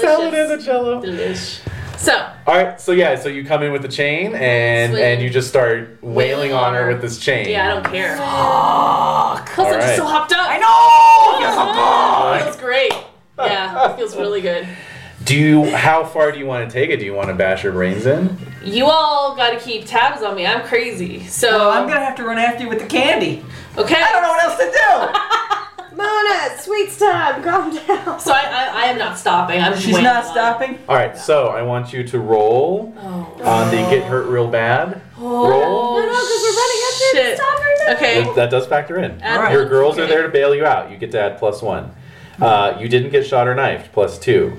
Speaker 6: Salad and the jello.
Speaker 5: Delish. So
Speaker 6: All right, so yeah, so you come in with the chain and
Speaker 5: Swing.
Speaker 6: and you just start wailing on her with this chain.
Speaker 5: yeah, I don't care.
Speaker 9: Fuck.
Speaker 5: Plus, I'm
Speaker 6: Alright.
Speaker 5: just so hopped up.
Speaker 9: I know. Ah, Yes, I'm
Speaker 5: Ah,
Speaker 9: fucked.
Speaker 5: Feels great. Yeah, it feels really good.
Speaker 6: Do you? How far do you want to take it? Do you want to bash your brains in?
Speaker 5: You all got to keep tabs on me. I'm crazy. So
Speaker 9: So I'm gonna have to run after you with the candy.
Speaker 5: Okay.
Speaker 9: I don't know what else to do.
Speaker 7: Mona, sweets time. Calm down.
Speaker 5: So I, I, I am not stopping. I'm.
Speaker 9: She's
Speaker 5: way
Speaker 9: not
Speaker 5: on.
Speaker 9: stopping.
Speaker 6: All right, so I want you to roll
Speaker 5: Oh.
Speaker 6: on the Uh, get hurt real bad roll.
Speaker 5: no, because we're running up there. Stop Okay.
Speaker 6: That- That does factor in.
Speaker 5: Add
Speaker 9: Alright.
Speaker 6: Your
Speaker 5: one.
Speaker 6: girls are
Speaker 5: Oh. Okay.
Speaker 6: there to bail you out. You get to add plus one. Uh, you didn't get shot or knifed. Plus two.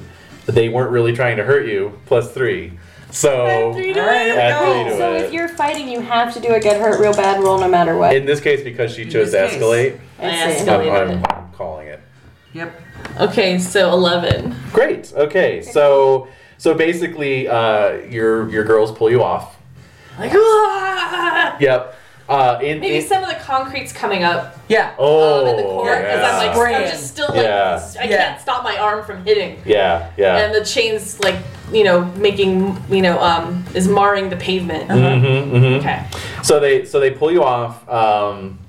Speaker 6: They weren't really trying to hurt you. Plus three. So
Speaker 5: Three
Speaker 9: All
Speaker 5: to
Speaker 9: right, here we
Speaker 6: Add
Speaker 9: go.
Speaker 6: three to
Speaker 7: So
Speaker 6: it.
Speaker 7: if you're fighting, you have to do a get hurt real bad roll no matter what.
Speaker 6: in this case, because she chose to
Speaker 9: this case.
Speaker 6: escalate,
Speaker 5: I
Speaker 7: see.
Speaker 6: I'm,
Speaker 5: escalated
Speaker 6: I'm, I'm calling it.
Speaker 9: Yep.
Speaker 5: it. Okay, so 11.
Speaker 6: Great. Okay. So so basically, uh, your your girls pull you off.
Speaker 5: Like, ah!
Speaker 6: Yep. Uh, in,
Speaker 5: Maybe
Speaker 6: in-
Speaker 5: some of the concrete's coming up
Speaker 9: Yeah.
Speaker 6: oh
Speaker 5: um, in the court because
Speaker 6: yeah.
Speaker 5: I'm like,
Speaker 9: Spraying.
Speaker 5: I'm just still like,
Speaker 6: Yeah.
Speaker 5: I
Speaker 9: Yeah.
Speaker 5: can't stop my arm from hitting.
Speaker 6: yeah yeah.
Speaker 5: And the chain's like, you know, making, you know, um, is marring the pavement.
Speaker 6: hmm hmm
Speaker 5: Okay.
Speaker 6: So they so they pull you off, um,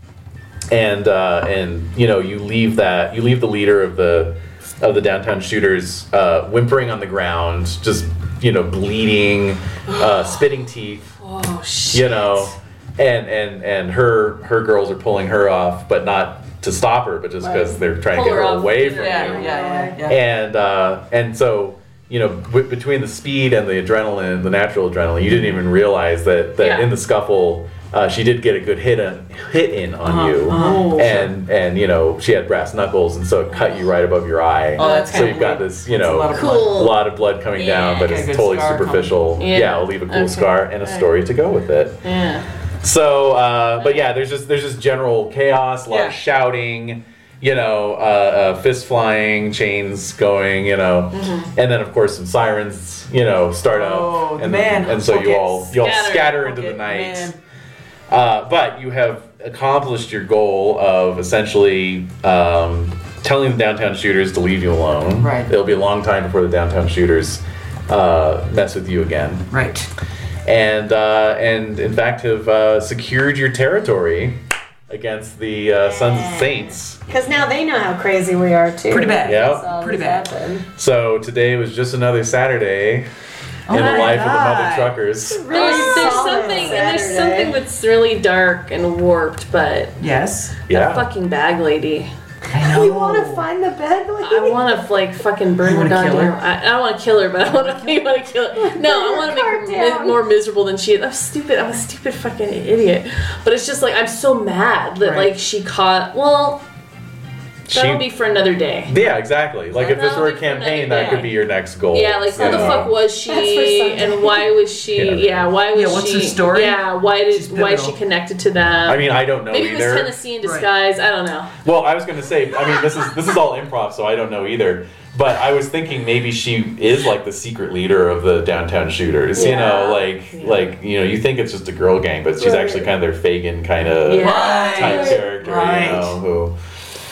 Speaker 6: and uh, and you know you leave that you leave the leader of the of the downtown shooters uh, whimpering on the ground, just you know bleeding, uh, spitting teeth.
Speaker 5: Oh, shit.
Speaker 6: you know and and and her her girls are pulling her off but not to stop her but just because they're trying
Speaker 5: Pull
Speaker 6: to get
Speaker 5: her
Speaker 6: her
Speaker 5: off.
Speaker 6: away from
Speaker 5: Yeah,
Speaker 6: you
Speaker 5: yeah,
Speaker 9: yeah, yeah.
Speaker 6: and uh and so you know w- between the speed and the adrenaline the natural adrenaline you didn't even realize that that
Speaker 5: Yeah.
Speaker 6: in the scuffle uh, she did get a good hit on, hit in on you, and and you know she had brass knuckles, and so it cut you right above your eye.
Speaker 9: Oh, that's
Speaker 6: so
Speaker 9: kinda
Speaker 6: you've got
Speaker 9: weird.
Speaker 6: this, you
Speaker 9: That's a
Speaker 6: know,
Speaker 9: lot of blood.
Speaker 5: Cool.
Speaker 6: a lot of blood coming down,
Speaker 5: Yeah.
Speaker 6: but
Speaker 9: Got a
Speaker 6: it's
Speaker 9: good
Speaker 6: totally
Speaker 9: scar coming.
Speaker 6: superficial.
Speaker 5: Yeah.
Speaker 6: Yeah, I'll leave a cool
Speaker 5: Okay.
Speaker 6: scar and a
Speaker 5: Alright.
Speaker 6: story to go with it.
Speaker 5: Yeah.
Speaker 6: So, uh, but yeah, there's just there's just general chaos, a lot
Speaker 9: Yeah.
Speaker 6: of shouting, you know, uh, uh, fist flying, chains going, you know, and then of course some sirens, you know, start up,
Speaker 9: Mm-hmm. Oh, the
Speaker 6: and
Speaker 9: man.
Speaker 6: and so you
Speaker 9: Okay.
Speaker 6: all you all
Speaker 5: Scatter.
Speaker 6: scatter into
Speaker 9: Okay,
Speaker 6: the night.
Speaker 9: man.
Speaker 6: Uh, but you have accomplished your goal of essentially um, telling the downtown shooters to leave you alone.
Speaker 9: Right.
Speaker 6: It'll be a long time before the downtown shooters uh, mess with you again
Speaker 9: Right.
Speaker 6: and uh, and in fact have uh, secured your territory against the uh, Sons of Saints.
Speaker 7: Because now they know how crazy we are too.
Speaker 9: Pretty bad.
Speaker 6: Yep.
Speaker 7: So
Speaker 9: Pretty
Speaker 7: this
Speaker 9: bad.
Speaker 7: happened.
Speaker 6: So today was just another Saturday
Speaker 5: Oh
Speaker 6: in the
Speaker 9: my
Speaker 6: life of the mother
Speaker 9: God.
Speaker 6: truckers.
Speaker 5: There's, there's
Speaker 7: solid
Speaker 5: something, and there's
Speaker 7: Saturday.
Speaker 5: something that's really dark and warped, but
Speaker 9: Yes.
Speaker 5: that
Speaker 6: Yeah.
Speaker 5: fucking bag lady.
Speaker 9: I
Speaker 7: We want to find the bed.
Speaker 5: I
Speaker 7: Like,
Speaker 5: want to like fucking burn
Speaker 9: You
Speaker 5: her
Speaker 9: wanna
Speaker 5: down.
Speaker 9: kill her?
Speaker 5: I, I don't want to kill her, but I want to want to kill her. No, I
Speaker 7: her
Speaker 5: want to make her
Speaker 7: car
Speaker 5: mi-
Speaker 7: down.
Speaker 5: more miserable than she is. I'm stupid. I'm a stupid fucking idiot. But it's just like I'm so mad that
Speaker 9: Right.
Speaker 5: like she caught. Well, that'll be
Speaker 6: She,
Speaker 5: for another day.
Speaker 6: yeah, exactly. Like if this
Speaker 5: That'll
Speaker 6: were
Speaker 5: be
Speaker 6: a
Speaker 5: for another
Speaker 6: campaign, that
Speaker 5: day.
Speaker 6: could be your next goal.
Speaker 5: Yeah, like who
Speaker 6: you
Speaker 5: the
Speaker 6: know?
Speaker 5: fuck was
Speaker 7: That's for
Speaker 5: she,
Speaker 7: Sunday.
Speaker 5: and why was she?
Speaker 6: Yeah.
Speaker 5: Yeah, why was
Speaker 9: Yeah, what's
Speaker 5: she?
Speaker 9: her story?
Speaker 5: Yeah, why did
Speaker 9: She's
Speaker 5: why is she
Speaker 9: pivotal.
Speaker 5: connected to them?
Speaker 6: I mean, I don't know
Speaker 5: maybe it was
Speaker 6: either.
Speaker 5: Tennessee in
Speaker 9: Right.
Speaker 5: disguise. I don't know.
Speaker 6: Well, I was gonna say, I mean, this is this is all improv, so I don't know either. But I was thinking maybe she is like the secret leader of the downtown shooters. You know,
Speaker 5: Yeah.
Speaker 6: like like you know, you think it's just a girl gang, but she's
Speaker 7: Right.
Speaker 6: actually kind of their Fagin kind of
Speaker 5: Yeah.
Speaker 6: type character.
Speaker 9: Right.
Speaker 6: You know, who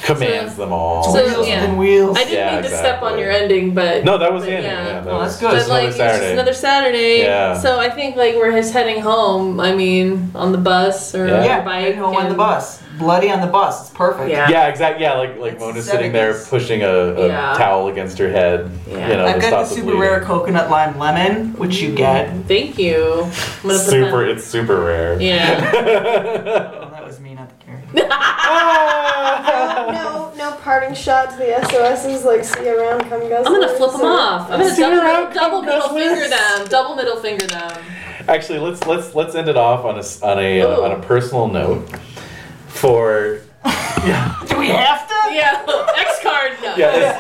Speaker 6: commands them all.
Speaker 5: So yeah,
Speaker 8: wheels.
Speaker 5: I didn't
Speaker 6: Yeah,
Speaker 5: mean to step on
Speaker 6: exactly.
Speaker 5: your ending, but
Speaker 6: no, that was the
Speaker 5: but
Speaker 6: ending. Yeah, that
Speaker 5: But,
Speaker 6: was
Speaker 9: that's good.
Speaker 6: Just
Speaker 5: like,
Speaker 6: another
Speaker 5: it's just
Speaker 6: Saturday.
Speaker 5: another Saturday.
Speaker 6: Yeah.
Speaker 5: So I think like we're just heading home. I mean, on the bus or
Speaker 6: Yeah.
Speaker 5: on
Speaker 6: Yeah,
Speaker 5: your bike.
Speaker 9: home on the
Speaker 5: and-
Speaker 9: bus. Bloody on the bus. It's perfect.
Speaker 5: Yeah.
Speaker 6: yeah, exactly. Yeah, like like Mona's sitting there
Speaker 9: seventies.
Speaker 6: pushing a, a
Speaker 5: Yeah.
Speaker 6: towel against her head.
Speaker 5: Yeah.
Speaker 6: You know, to
Speaker 9: I've got the
Speaker 6: stop the
Speaker 9: super
Speaker 6: bleeding. Mm-hmm.
Speaker 9: rare coconut lime lemon, which you get.
Speaker 5: Thank you. I'm gonna put
Speaker 6: Super,
Speaker 5: that-
Speaker 6: it's super rare.
Speaker 5: Yeah.
Speaker 9: Oh, that was me, not the carrot.
Speaker 7: no, no parting shot to the SOSs like see you around, come guzzlers.
Speaker 5: I'm gonna flip them off. I'm gonna
Speaker 6: See you around,
Speaker 5: double, double middle
Speaker 6: Christmas.
Speaker 5: finger them. Double middle finger them.
Speaker 6: Actually, let's let's let's end it off on a s- on a uh,
Speaker 5: Ooh.
Speaker 6: on a personal note for
Speaker 9: Do we have to?
Speaker 5: Yeah. X card. No.
Speaker 6: yeah.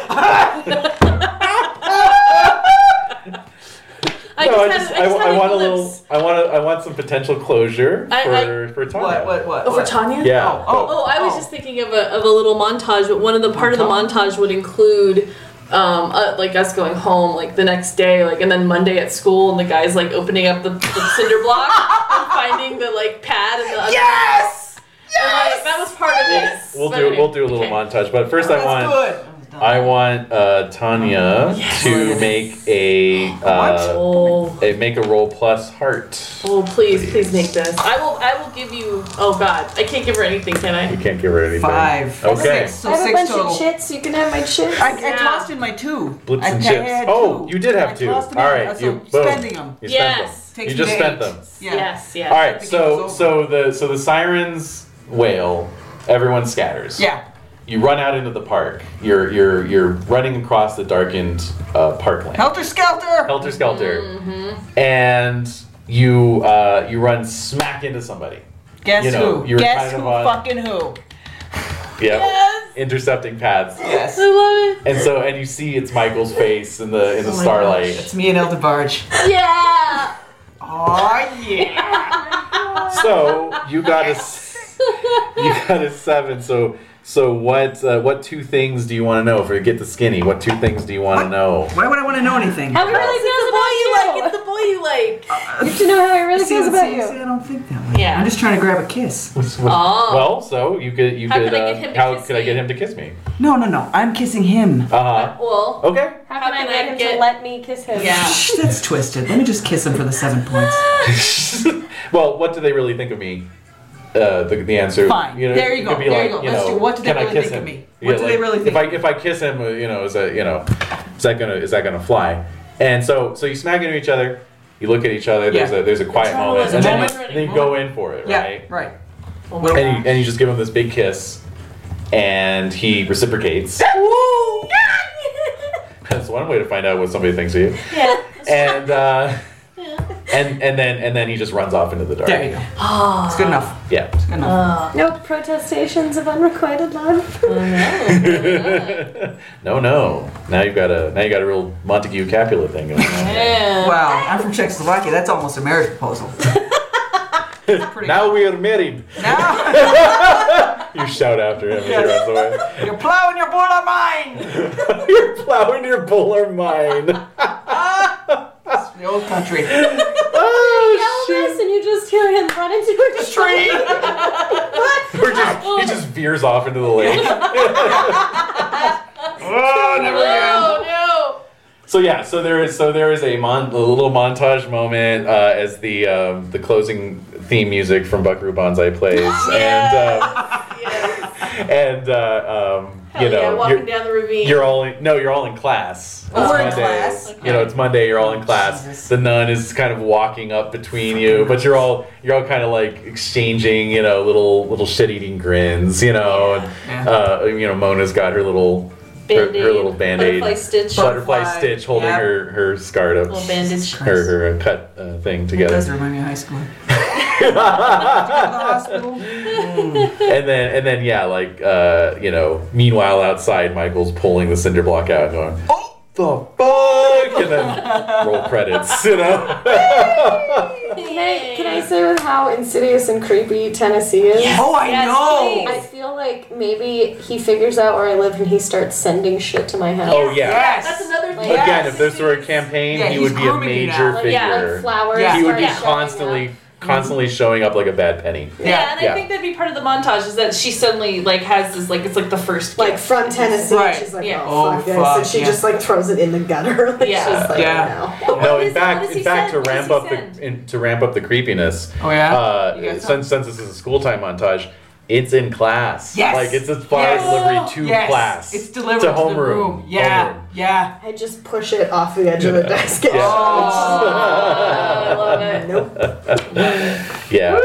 Speaker 6: it's-
Speaker 5: I
Speaker 6: no, I just I,
Speaker 5: just had- I just had
Speaker 6: I
Speaker 5: a
Speaker 6: want a little
Speaker 5: glimpse.
Speaker 6: I want a, I want some potential closure
Speaker 5: I-
Speaker 6: for for Tanya.
Speaker 9: What? What? What?
Speaker 5: Oh, for
Speaker 9: what?
Speaker 5: Tanya.
Speaker 6: Yeah.
Speaker 9: Oh,
Speaker 5: Oh, I was
Speaker 9: Oh.
Speaker 5: just thinking of a, of a little montage, but one of the part of the montage would include um, uh, like us going home like the next day, like and then Monday at school, and the guys like opening up the, the cinder block and finding the like pad and the yes, yes, that was part of it.
Speaker 6: We'll
Speaker 5: But
Speaker 6: do
Speaker 5: anyway,
Speaker 6: we'll do a little
Speaker 5: okay.
Speaker 6: montage, but first I
Speaker 9: That's
Speaker 6: want
Speaker 9: good. I was done.
Speaker 6: I want uh, Tanya to make a uh,
Speaker 5: Oh,
Speaker 6: a make a roll plus heart.
Speaker 5: oh, please, please make this. I will, I will give you. Oh God, I can't give her anything, can
Speaker 6: You
Speaker 5: I?
Speaker 6: can't give her anything.
Speaker 9: Five.
Speaker 6: Okay.
Speaker 9: Six, so
Speaker 7: I have a
Speaker 9: six
Speaker 7: bunch
Speaker 9: total.
Speaker 7: of chits, you can have my chits.
Speaker 9: I, I
Speaker 5: Yeah.
Speaker 9: tossed in my two.
Speaker 6: Blips
Speaker 9: I,
Speaker 6: and
Speaker 9: I
Speaker 6: chips.
Speaker 9: had
Speaker 6: Oh,
Speaker 9: two.
Speaker 6: you did have
Speaker 9: I
Speaker 6: two.
Speaker 9: tossed them
Speaker 6: All
Speaker 9: in.
Speaker 6: right,
Speaker 9: So
Speaker 6: you boom.
Speaker 9: spending them.
Speaker 6: You spent
Speaker 5: Yes.
Speaker 6: them.
Speaker 9: Takes
Speaker 6: You just
Speaker 9: me
Speaker 6: spent
Speaker 9: days.
Speaker 6: them.
Speaker 9: Yeah.
Speaker 5: Yes, yes.
Speaker 6: All right. So
Speaker 9: was
Speaker 6: so the so the sirens wail. Everyone scatters.
Speaker 9: Yeah.
Speaker 6: You run out into the park. You're you're you're running across the darkened uh, parkland.
Speaker 9: Helter skelter.
Speaker 6: Helter skelter. And you uh, you run smack into somebody.
Speaker 9: Guess
Speaker 6: you know,
Speaker 9: who?
Speaker 6: you were
Speaker 9: Guess
Speaker 6: kind of
Speaker 9: who?
Speaker 6: on-
Speaker 9: Fucking who?
Speaker 6: Yeah. Intercepting paths.
Speaker 9: Yes.
Speaker 5: I love
Speaker 6: And so, and you see it's Michael's face in the in
Speaker 8: Oh
Speaker 6: the starlight.
Speaker 9: It's me and Elder Barge.
Speaker 5: it. Yeah.
Speaker 9: Oh yeah.
Speaker 6: So you got a s- you got a seven. So so what uh, what two things do you want to know? If we get the skinny, what two things do you want to know?
Speaker 8: Why would I want to know anything?
Speaker 5: Everybody knows about the boy you like. It's the boy you like.
Speaker 7: Get to know how I really
Speaker 8: See,
Speaker 7: feel
Speaker 8: see,
Speaker 7: about
Speaker 8: see,
Speaker 7: you.
Speaker 8: I don't think that way.
Speaker 5: Yeah.
Speaker 8: I'm just trying to grab a kiss.
Speaker 5: Oh.
Speaker 6: Well, so you could you
Speaker 5: How
Speaker 6: could
Speaker 5: could I
Speaker 6: uh,
Speaker 5: get him to
Speaker 6: how
Speaker 5: kiss
Speaker 6: could I
Speaker 5: me?
Speaker 6: get him to kiss me?
Speaker 8: No, no, no. I'm kissing him.
Speaker 6: Uh huh.
Speaker 5: Well,
Speaker 6: Okay.
Speaker 7: How
Speaker 5: How
Speaker 7: can I
Speaker 5: can I
Speaker 7: get him
Speaker 5: get-
Speaker 7: to let me kiss him?
Speaker 5: yeah.
Speaker 8: Shh, That's twisted. Let me just kiss him for the seven points.
Speaker 6: well, what do they really think of me? Uh, the, the answer.
Speaker 9: Fine. There you
Speaker 6: it
Speaker 9: go.
Speaker 6: could be
Speaker 9: There
Speaker 6: like,
Speaker 9: you go.
Speaker 6: You
Speaker 9: Let's
Speaker 6: know,
Speaker 9: do- what do they
Speaker 6: can I
Speaker 9: really
Speaker 6: kiss
Speaker 9: think of
Speaker 6: him?
Speaker 9: me? What do they really
Speaker 6: If
Speaker 9: think?
Speaker 6: I if I kiss him, uh, you know, is that you know, is that gonna is that gonna fly? And so so you smack into each other. You look at each other. There's
Speaker 9: Yeah.
Speaker 6: a there's a quiet moment,
Speaker 5: there's a
Speaker 6: and then,
Speaker 5: moment.
Speaker 6: you, and then you go in for it,
Speaker 9: Yeah.
Speaker 6: right?
Speaker 9: Right.
Speaker 6: And you, and you just give him this big kiss, and he reciprocates. That's one way to find out what somebody thinks of you.
Speaker 5: Yeah.
Speaker 6: And uh, and and then and then he just runs off into the dark.
Speaker 9: There you go. It's good enough.
Speaker 6: Yeah.
Speaker 9: Good enough.
Speaker 7: No protestations of unrequited love.
Speaker 6: no, no. Now you've got a now you got a real Montague Capulet thing going on.
Speaker 5: Yeah.
Speaker 9: wow. I'm from Czechoslovakia. That's almost a marriage proposal. Pretty
Speaker 6: now we are married.
Speaker 9: Now
Speaker 6: You shout after him as he runs away.
Speaker 9: you're plowing your bull on mine.
Speaker 6: You're plowing your bull or mine.
Speaker 9: It's the old country.
Speaker 6: Oh shit!
Speaker 7: and you just hear him run into a tree.
Speaker 6: Or just he just veers off into the lake. oh, never again.
Speaker 5: Oh
Speaker 6: So yeah, so there is so there is a, mon- a little montage moment uh, as the um, the closing theme music from Buckaroo Banzai plays,
Speaker 5: no. Yeah.
Speaker 6: and um, and uh, um, you
Speaker 5: Hell yeah,
Speaker 6: know
Speaker 5: walking
Speaker 6: you're-
Speaker 5: down the ravine.
Speaker 6: You're all in, no, you're all in class.
Speaker 9: Oh,
Speaker 6: It's
Speaker 9: we're in
Speaker 6: Monday.
Speaker 9: class?
Speaker 6: You know, it's Monday. You're
Speaker 5: Oh,
Speaker 6: all in class.
Speaker 9: Jesus.
Speaker 6: The nun is kind of walking up between you, but you're all you're all kind of like exchanging, you know, little little shit eating grins. You know, and,
Speaker 9: Yeah.
Speaker 6: uh, you know, Mona's got her little her, her little band aid
Speaker 5: Butterfly stitch.
Speaker 6: butterfly
Speaker 9: Butterfly,
Speaker 6: stitch holding
Speaker 9: yep.
Speaker 6: her her scarf,
Speaker 5: Little bandage.
Speaker 6: her her uh, cut uh, thing together.
Speaker 9: does remind me of high school. hospital.
Speaker 6: and then and then yeah, like uh, you know. Meanwhile, outside, Michael's pulling the cinder block out, and going, "Oh, the fuck!" and then roll credits. You know,
Speaker 7: Can I say with how insidious and creepy Tennessee is?
Speaker 9: Oh, I
Speaker 5: Yes,
Speaker 9: know.
Speaker 7: I feel like maybe he figures out where I live and he starts sending shit to my house.
Speaker 6: Oh, yeah.
Speaker 9: Yes.
Speaker 5: That's another thing.
Speaker 9: Yes.
Speaker 6: again, if this were a campaign,
Speaker 9: Yeah,
Speaker 6: he
Speaker 9: he's
Speaker 6: would be a
Speaker 9: grooming you
Speaker 6: major
Speaker 9: now.
Speaker 7: Like, yeah, like
Speaker 6: figure.
Speaker 7: flowers.
Speaker 9: Yeah.
Speaker 6: he would
Speaker 7: start
Speaker 6: be
Speaker 7: showing up.
Speaker 6: constantly constantly showing up like a bad penny.
Speaker 5: Yeah, and I
Speaker 6: Yeah.
Speaker 5: think that'd be part of the montage is that she suddenly like has this like it's like the first
Speaker 7: Like
Speaker 5: gift.
Speaker 7: from Tennessee,
Speaker 8: Right.
Speaker 7: she's like,
Speaker 5: Yeah.
Speaker 7: oh,
Speaker 8: Oh,
Speaker 7: fuck this,
Speaker 8: fuck,
Speaker 7: and she
Speaker 8: yeah.
Speaker 7: just like throws it in the gutter. like,
Speaker 5: Yeah.
Speaker 7: she's like,
Speaker 8: Yeah.
Speaker 7: no.
Speaker 6: no,
Speaker 5: What
Speaker 6: in
Speaker 5: is- what
Speaker 6: fact,
Speaker 5: does
Speaker 6: in
Speaker 5: he
Speaker 6: fact,
Speaker 5: send?
Speaker 6: to
Speaker 5: What
Speaker 6: ramp
Speaker 5: does
Speaker 6: up
Speaker 5: he
Speaker 6: the
Speaker 5: send?
Speaker 6: in, to ramp up the creepiness.
Speaker 8: Oh, yeah?
Speaker 6: Uh,
Speaker 8: You got
Speaker 6: since since this is a school time montage, it's in class.
Speaker 8: Yes.
Speaker 6: Like it's a fire
Speaker 8: Yes.
Speaker 6: delivery to
Speaker 8: yes.
Speaker 6: class.
Speaker 8: It's delivered
Speaker 6: to
Speaker 8: to,
Speaker 6: homeroom.
Speaker 8: the room. Yeah,
Speaker 6: Homeroom.
Speaker 8: yeah.
Speaker 7: I just push it off the edge of the desk.
Speaker 6: Yeah.
Speaker 5: Oh, I love it.
Speaker 7: nope.
Speaker 6: Yeah.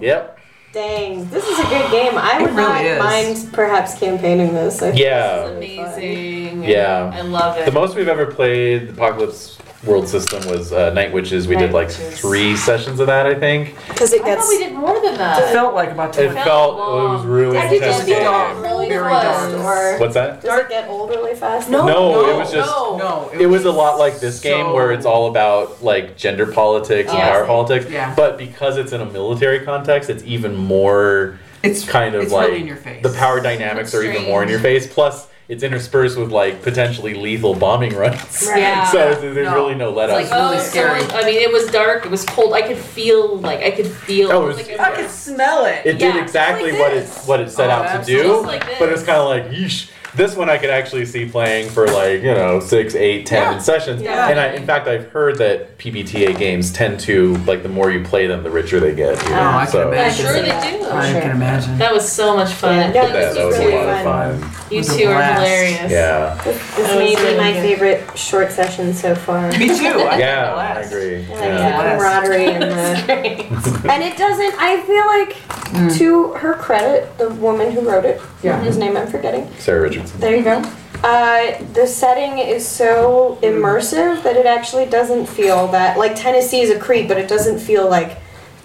Speaker 6: Yep.
Speaker 7: Dang, this is a good game. I would
Speaker 8: really
Speaker 7: not
Speaker 8: is.
Speaker 7: mind perhaps campaigning this. I think
Speaker 6: Yeah.
Speaker 5: Amazing.
Speaker 6: Yeah.
Speaker 5: I love it.
Speaker 6: The most we've ever played the Apocalypse World System was uh, Night Witches. We did
Speaker 5: Night
Speaker 6: like
Speaker 5: Witches.
Speaker 6: three sessions of that, I think.
Speaker 7: because it
Speaker 5: I thought
Speaker 7: gets
Speaker 5: we did more than that.
Speaker 8: Felt like about
Speaker 6: It
Speaker 8: 20.
Speaker 5: felt
Speaker 6: felt
Speaker 5: long.
Speaker 6: it was really
Speaker 7: Did it
Speaker 6: intense.
Speaker 7: just get
Speaker 6: game.
Speaker 5: really
Speaker 8: Very
Speaker 5: was.
Speaker 8: dark.
Speaker 7: or
Speaker 6: What's that?
Speaker 7: does it get old really fast?
Speaker 6: No,
Speaker 8: no,
Speaker 6: it was just
Speaker 5: no.
Speaker 8: No,
Speaker 6: it was a lot like this
Speaker 8: so-
Speaker 6: game where it's all about like gender politics and
Speaker 5: Yeah.
Speaker 6: power politics.
Speaker 8: Yeah.
Speaker 6: But because it's in a military context, it's even more
Speaker 8: It's
Speaker 6: kind of
Speaker 8: it's
Speaker 6: like
Speaker 8: really in your face.
Speaker 6: the power dynamics are even
Speaker 5: Strange.
Speaker 6: more in your face. Plus, it's interspersed with like potentially lethal bombing runs.
Speaker 7: Right.
Speaker 5: Yeah.
Speaker 6: so there's, there's
Speaker 8: No.
Speaker 6: really no let up.
Speaker 9: It's like- Really
Speaker 5: so
Speaker 9: scary.
Speaker 5: Oh, it- I mean, it was dark. It was cold. I could feel like I could feel.
Speaker 6: Oh, it was-
Speaker 5: like,
Speaker 9: I could smell it.
Speaker 6: it
Speaker 5: yeah,
Speaker 6: did
Speaker 5: just
Speaker 6: exactly
Speaker 5: like
Speaker 6: what it
Speaker 5: this.
Speaker 6: what it set
Speaker 8: Oh,
Speaker 6: out to
Speaker 8: absolutely.
Speaker 6: do,
Speaker 5: Just like
Speaker 6: but it's
Speaker 5: this.
Speaker 6: kind of like yeesh. This one I could actually see playing for like you know six, eight, ten
Speaker 8: Yeah.
Speaker 6: sessions.
Speaker 8: Yeah.
Speaker 6: And I, in fact, I've heard that PBTA games tend to like the more you play them, the richer they get. You know?
Speaker 8: Oh, I can
Speaker 6: so
Speaker 5: I'm
Speaker 8: imagine.
Speaker 5: sure they do.
Speaker 8: I
Speaker 7: Sure.
Speaker 8: can imagine.
Speaker 5: That was so much fun.
Speaker 7: Yeah, no,
Speaker 6: that,
Speaker 7: This
Speaker 6: that
Speaker 7: was
Speaker 6: was a
Speaker 7: really
Speaker 6: lot of
Speaker 7: fun.
Speaker 6: fun.
Speaker 5: you
Speaker 8: was a
Speaker 5: two are
Speaker 8: blast.
Speaker 5: hilarious.
Speaker 6: Yeah,
Speaker 7: This
Speaker 5: That
Speaker 7: may
Speaker 5: was
Speaker 7: be
Speaker 5: really
Speaker 7: my
Speaker 5: good.
Speaker 7: favorite short session so far.
Speaker 8: Me too. I
Speaker 6: yeah, I
Speaker 8: Blast.
Speaker 6: agree.
Speaker 7: I like
Speaker 6: Yeah.
Speaker 7: the camaraderie and the and it doesn't. I feel like to her credit, the woman who wrote it,
Speaker 8: Yeah.
Speaker 7: whose name I'm forgetting.
Speaker 6: Sarah Richardson.
Speaker 7: There you go. Uh, the setting is so immersive that it actually doesn't feel that like Tennessee is a creep, but it doesn't feel like.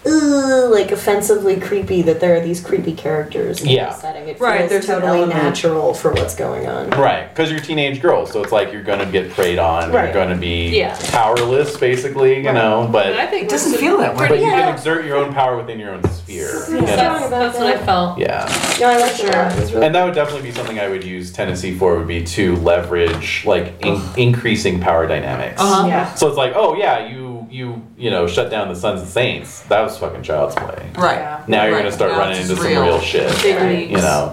Speaker 7: Ooh, like offensively creepy that there are these creepy characters in
Speaker 6: Yeah.
Speaker 7: the setting. It
Speaker 9: Right,
Speaker 7: feels
Speaker 9: there's an
Speaker 7: totally
Speaker 9: element.
Speaker 7: natural for what's going on.
Speaker 6: Right, because you're a teenage girl, so it's like you're gonna get preyed on.
Speaker 7: Right.
Speaker 6: You're gonna be
Speaker 5: Yeah.
Speaker 6: powerless, basically. You know,
Speaker 5: But I
Speaker 6: but
Speaker 5: think
Speaker 8: It doesn't feel that way.
Speaker 6: but you
Speaker 7: Yeah.
Speaker 6: can exert your own power within your own sphere. you
Speaker 7: Yeah.
Speaker 6: know?
Speaker 5: That's, that's what I felt.
Speaker 6: Yeah.
Speaker 7: No, I like that. It was really
Speaker 6: And that would definitely be something I would use Tennessee for would be to leverage like in- increasing power dynamics.
Speaker 8: Uh-huh.
Speaker 5: Yeah.
Speaker 6: So it's like, oh yeah, you you you know shut down the Suns and Saints. That was fucking child's play.
Speaker 8: Right.
Speaker 5: Yeah.
Speaker 6: Now you're
Speaker 8: Right.
Speaker 6: gonna start
Speaker 8: Now
Speaker 6: running
Speaker 8: it's
Speaker 6: into
Speaker 8: just
Speaker 6: some
Speaker 8: real.
Speaker 6: real shit.
Speaker 5: Big leagues.
Speaker 6: You know.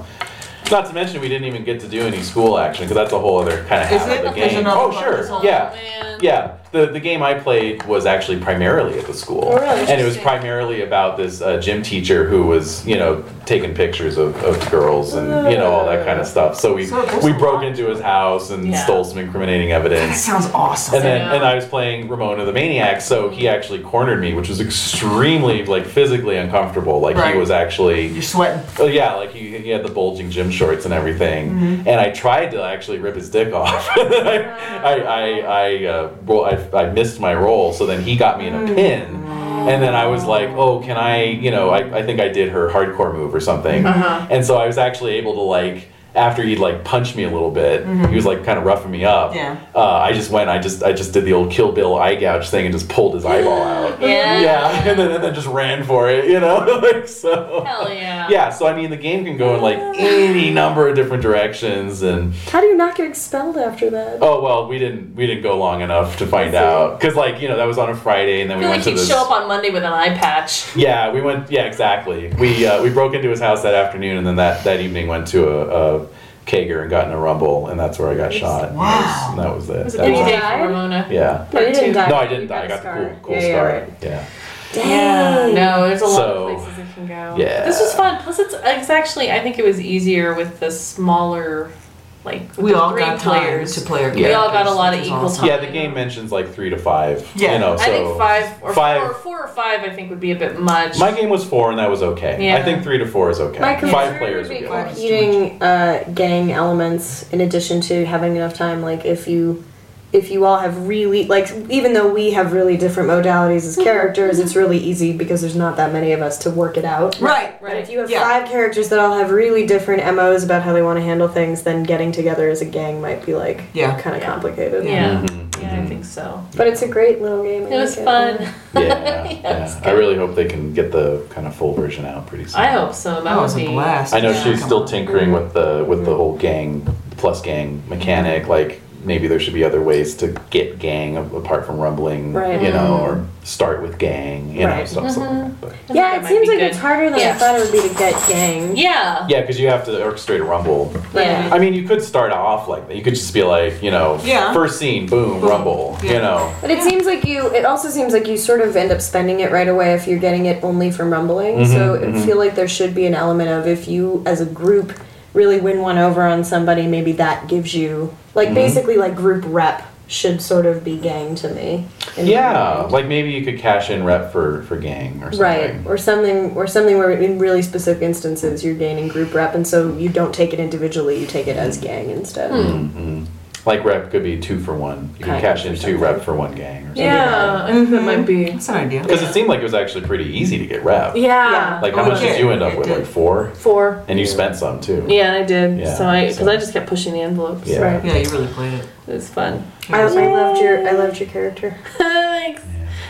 Speaker 6: Not to mention we didn't even get to do any school action because that's a whole other kind of
Speaker 8: Is
Speaker 6: half
Speaker 8: it?
Speaker 6: of the
Speaker 8: There's
Speaker 6: game.
Speaker 8: another
Speaker 6: Oh
Speaker 8: one. There's
Speaker 6: sure,
Speaker 5: Oh,
Speaker 6: yeah.
Speaker 5: man.
Speaker 6: Yeah, the the game I played was actually primarily at the school,
Speaker 7: Oh, really?
Speaker 6: and it was primarily about this uh, gym teacher who was, you know, taking pictures of, of girls and you know all that kind of stuff. So we
Speaker 8: So there's
Speaker 6: we
Speaker 8: a
Speaker 6: broke
Speaker 8: lot.
Speaker 6: into his house and
Speaker 5: Yeah.
Speaker 6: stole some incriminating
Speaker 8: That
Speaker 6: evidence.
Speaker 8: sounds awesome.
Speaker 6: And then,
Speaker 5: Yeah.
Speaker 6: and I was playing Ramona the Maniac, so he actually cornered me, which was extremely like physically uncomfortable. Like
Speaker 8: Right.
Speaker 6: he was actually
Speaker 8: You're sweating.
Speaker 6: Oh yeah, like he, he had the bulging gym shorts and everything, and I tried to actually rip his dick off. I I I I, uh, roll, I I missed my roll, so then he got me in a pin, and then I was like, oh, can I? You know, I, I think I did her hardcore move or something, and so I was actually able to like. After he'd like punched me a little bit, he was like kind of roughing me up.
Speaker 8: Yeah.
Speaker 6: Uh, I just went. I just I just did the old Kill Bill eye gouge thing and just pulled his eyeball out.
Speaker 5: Yeah.
Speaker 6: Yeah, and then and then just ran for it. You know, like so.
Speaker 5: Hell yeah.
Speaker 6: Yeah, so I mean, the game can go in like any number of different directions, and
Speaker 7: How do you not get expelled after that?
Speaker 6: oh well, we didn't we didn't go long enough to find out because like you know that was on a Friday, and then
Speaker 5: I
Speaker 6: we
Speaker 5: feel
Speaker 6: went
Speaker 5: like
Speaker 6: to
Speaker 5: he'd
Speaker 6: this.
Speaker 5: show up on Monday with an eye patch.
Speaker 6: yeah, we went. Yeah, exactly. We uh, we broke into his house that afternoon, and then that that evening went to a, a kegger and got in a rumble, and that's where I got shot.
Speaker 8: Wow.
Speaker 6: And that was, and that was it.
Speaker 5: Did
Speaker 6: That
Speaker 5: you
Speaker 6: was-
Speaker 5: date for Ramona?
Speaker 6: yeah.
Speaker 7: No, you didn't die.
Speaker 6: No, I didn't
Speaker 7: You
Speaker 6: die. I got the
Speaker 7: scar.
Speaker 6: cool cool
Speaker 7: yeah, yeah,
Speaker 6: scar.
Speaker 7: right.
Speaker 6: Yeah.
Speaker 7: Dang.
Speaker 5: No, there's a lot
Speaker 6: So,
Speaker 5: of places it can go.
Speaker 6: yeah.
Speaker 5: This was fun. Plus, it's, it's actually, I think it was easier with the smaller, like, with
Speaker 8: We
Speaker 5: the
Speaker 8: all
Speaker 5: three
Speaker 8: got time
Speaker 5: players.
Speaker 8: to play our
Speaker 5: We all got a
Speaker 8: characters,
Speaker 5: lot of
Speaker 8: which is
Speaker 5: equal time.
Speaker 8: awesome.
Speaker 6: Yeah, the game mentions like three to five.
Speaker 8: Yeah.
Speaker 6: You know, so
Speaker 5: I think five or
Speaker 6: five.
Speaker 5: four, four or five, I think would be a bit much.
Speaker 6: My game was four, and that was okay. I
Speaker 5: Yeah.
Speaker 6: think three to four is okay.
Speaker 7: My concern
Speaker 6: Five players
Speaker 7: would
Speaker 6: would
Speaker 7: be
Speaker 6: be okay.
Speaker 7: competing uh, gang elements in addition to having enough time. Like if you, if you all have really like, even though we have really different modalities as characters, it's really easy because there's not that many of us to work it out.
Speaker 8: Right.
Speaker 7: But if you have
Speaker 8: Yeah.
Speaker 7: five characters that all have really different MOs about how they want to handle things, then getting together as a gang might be like
Speaker 8: Yeah.
Speaker 7: kind of complicated.
Speaker 5: yeah.
Speaker 6: Mm-hmm.
Speaker 8: Mm-hmm.
Speaker 5: Yeah, I think so.
Speaker 7: But it's a great little game. I
Speaker 5: It was
Speaker 7: like
Speaker 5: fun.
Speaker 6: Yeah,
Speaker 5: it's
Speaker 6: yeah. I really hope they can get the kind of full version out pretty soon.
Speaker 5: I hope so. That
Speaker 8: That was
Speaker 5: would
Speaker 8: a
Speaker 5: be-
Speaker 8: blast.
Speaker 6: I know
Speaker 8: Yeah.
Speaker 6: she's still tinkering with the with the whole gang plus gang mechanic, like maybe there should be other ways to get gang a- apart from rumbling,
Speaker 7: Right. Mm-hmm.
Speaker 6: you know, or start with gang, you know,
Speaker 7: Right. Mm-hmm.
Speaker 6: stuff, something like that. But,
Speaker 7: Yeah,
Speaker 5: that
Speaker 7: it
Speaker 5: might
Speaker 7: seems
Speaker 5: be
Speaker 7: like
Speaker 5: good.
Speaker 7: it's harder than
Speaker 5: Yeah.
Speaker 7: I thought it would be to get gang. uh,
Speaker 5: Yeah.
Speaker 6: yeah, because you have to orchestrate a rumble.
Speaker 5: Yeah.
Speaker 6: I mean, you could start off like that. You could just be like, you know,
Speaker 8: Yeah.
Speaker 6: first scene, boom, rumble, you know.
Speaker 7: But it seems like you. It also seems like you sort of end up spending it right away if you're getting it only from rumbling. so I feel like there should be an element of if you, as a group, really win one over on somebody, maybe that gives you like basically like group rep should sort of be gang to me. in my
Speaker 6: Yeah,
Speaker 7: mind.
Speaker 6: like maybe you could cash in rep for, for gang or something.
Speaker 7: Right, or something, or something where in really specific instances you're gaining group rep, and so you don't take it individually; you take it as gang instead.
Speaker 6: Like rep could be two for one. You could
Speaker 7: Kind
Speaker 6: cash
Speaker 7: of
Speaker 6: in
Speaker 7: or
Speaker 6: two
Speaker 7: something.
Speaker 6: rep for one gang or something.
Speaker 5: Yeah. I think that might be.
Speaker 8: That's an idea.
Speaker 6: Because it seemed like it was actually pretty easy to get rep.
Speaker 5: Yeah.
Speaker 6: Like how much did you end up with? Like four?
Speaker 5: Four.
Speaker 6: And you spent some too.
Speaker 5: Yeah, I did.
Speaker 6: Yeah,
Speaker 5: so I, because
Speaker 6: so-
Speaker 5: I just kept pushing the envelopes.
Speaker 6: Yeah.
Speaker 5: Right.
Speaker 8: Yeah, you really played it.
Speaker 5: It was fun.
Speaker 7: I, I loved your, I loved your character.
Speaker 5: Thanks.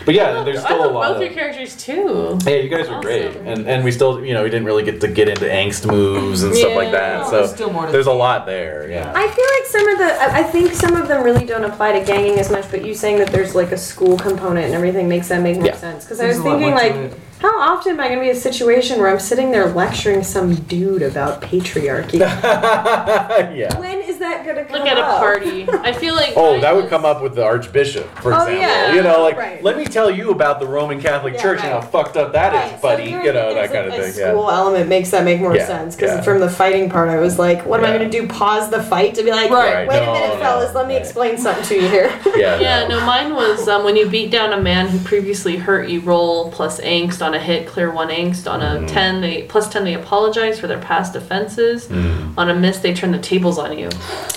Speaker 6: But yeah,
Speaker 5: I
Speaker 6: there's
Speaker 5: love-
Speaker 6: still
Speaker 5: I
Speaker 6: a
Speaker 5: love
Speaker 6: lot
Speaker 5: both
Speaker 6: of.
Speaker 5: your characters too.
Speaker 6: Yeah, you guys were
Speaker 5: Awesome.
Speaker 6: great, and and we still, you know, we didn't really get to get into angst moves and stuff like that. So
Speaker 8: There's still more to
Speaker 6: there's a lot there. Yeah.
Speaker 7: I feel like some of the, I- I think some of them really don't apply to ganging as much, but you saying that there's like a school component and everything makes that make more
Speaker 6: Yeah.
Speaker 7: sense. Because I
Speaker 8: There's
Speaker 7: was
Speaker 8: a lot
Speaker 7: thinking,
Speaker 8: more
Speaker 7: like,
Speaker 8: to it.
Speaker 7: how often am I going to be in a situation where I'm sitting there lecturing some dude about patriarchy?
Speaker 6: yeah.
Speaker 7: when is that going to come
Speaker 5: Look at a
Speaker 7: up?
Speaker 5: party. I feel like.
Speaker 6: Oh,
Speaker 5: I
Speaker 6: that would
Speaker 5: was-
Speaker 6: come up with the archbishop, for
Speaker 7: Oh,
Speaker 6: example.
Speaker 7: yeah.
Speaker 6: You know, like
Speaker 7: Right.
Speaker 6: let me tell you about the Roman Catholic
Speaker 7: Yeah,
Speaker 6: Church and
Speaker 7: right.
Speaker 6: how fucked up that is,
Speaker 7: Right, so
Speaker 6: buddy.
Speaker 7: hearing
Speaker 6: you know, that
Speaker 7: there's
Speaker 6: kind
Speaker 7: a-
Speaker 6: of
Speaker 7: a
Speaker 6: thing.
Speaker 7: School element makes that make more
Speaker 6: Yeah,
Speaker 7: sense because
Speaker 6: yeah.
Speaker 7: from the fighting part, I was like, what am
Speaker 6: Yeah.
Speaker 7: I going to do? Pause the fight to be like,
Speaker 6: Right.
Speaker 7: wait
Speaker 6: No,
Speaker 7: a minute,
Speaker 6: no,
Speaker 7: fellas, let me
Speaker 6: right.
Speaker 7: explain something to you here.
Speaker 6: Yeah. Yeah.
Speaker 5: Yeah, no, mine was um, when you beat down a man who previously hurt, you roll plus angst on a hit, clear one angst. On
Speaker 6: Mm-hmm.
Speaker 5: a 10, they plus 10, they apologize for their past offenses.
Speaker 6: Mm-hmm.
Speaker 5: On a miss, they turn the tables on you.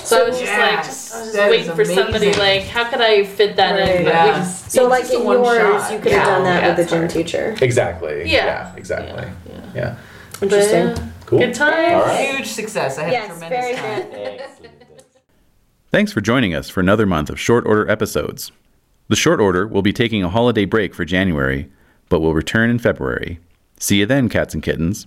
Speaker 5: So, I was just like,
Speaker 8: Yes,
Speaker 5: just, I was
Speaker 8: that
Speaker 5: just
Speaker 8: is
Speaker 5: waiting for somebody,
Speaker 8: amazing.
Speaker 5: like, how could I fit that in?
Speaker 8: Right,
Speaker 5: But we
Speaker 8: yeah.
Speaker 5: just-
Speaker 7: so,
Speaker 8: It's
Speaker 7: like
Speaker 8: just a
Speaker 7: in
Speaker 8: one
Speaker 7: yours,
Speaker 8: shot.
Speaker 7: you could have
Speaker 5: Yeah.
Speaker 7: done that
Speaker 5: Yeah,
Speaker 7: with the
Speaker 5: it's
Speaker 7: gym
Speaker 5: hard.
Speaker 7: teacher.
Speaker 6: Exactly.
Speaker 5: Yeah.
Speaker 6: Yeah. Exactly.
Speaker 5: Yeah.
Speaker 6: Yeah.
Speaker 5: but,
Speaker 7: Interesting.
Speaker 5: yeah.
Speaker 6: Cool.
Speaker 5: Good times.
Speaker 6: All right.
Speaker 8: Huge success. I had a
Speaker 7: Yes,
Speaker 8: tremendous
Speaker 7: very
Speaker 8: time.
Speaker 7: good.
Speaker 1: Thanks for joining us for another month of Short Order episodes. The Short Order will be taking a holiday break for January, but will return in February. See you then, cats and kittens.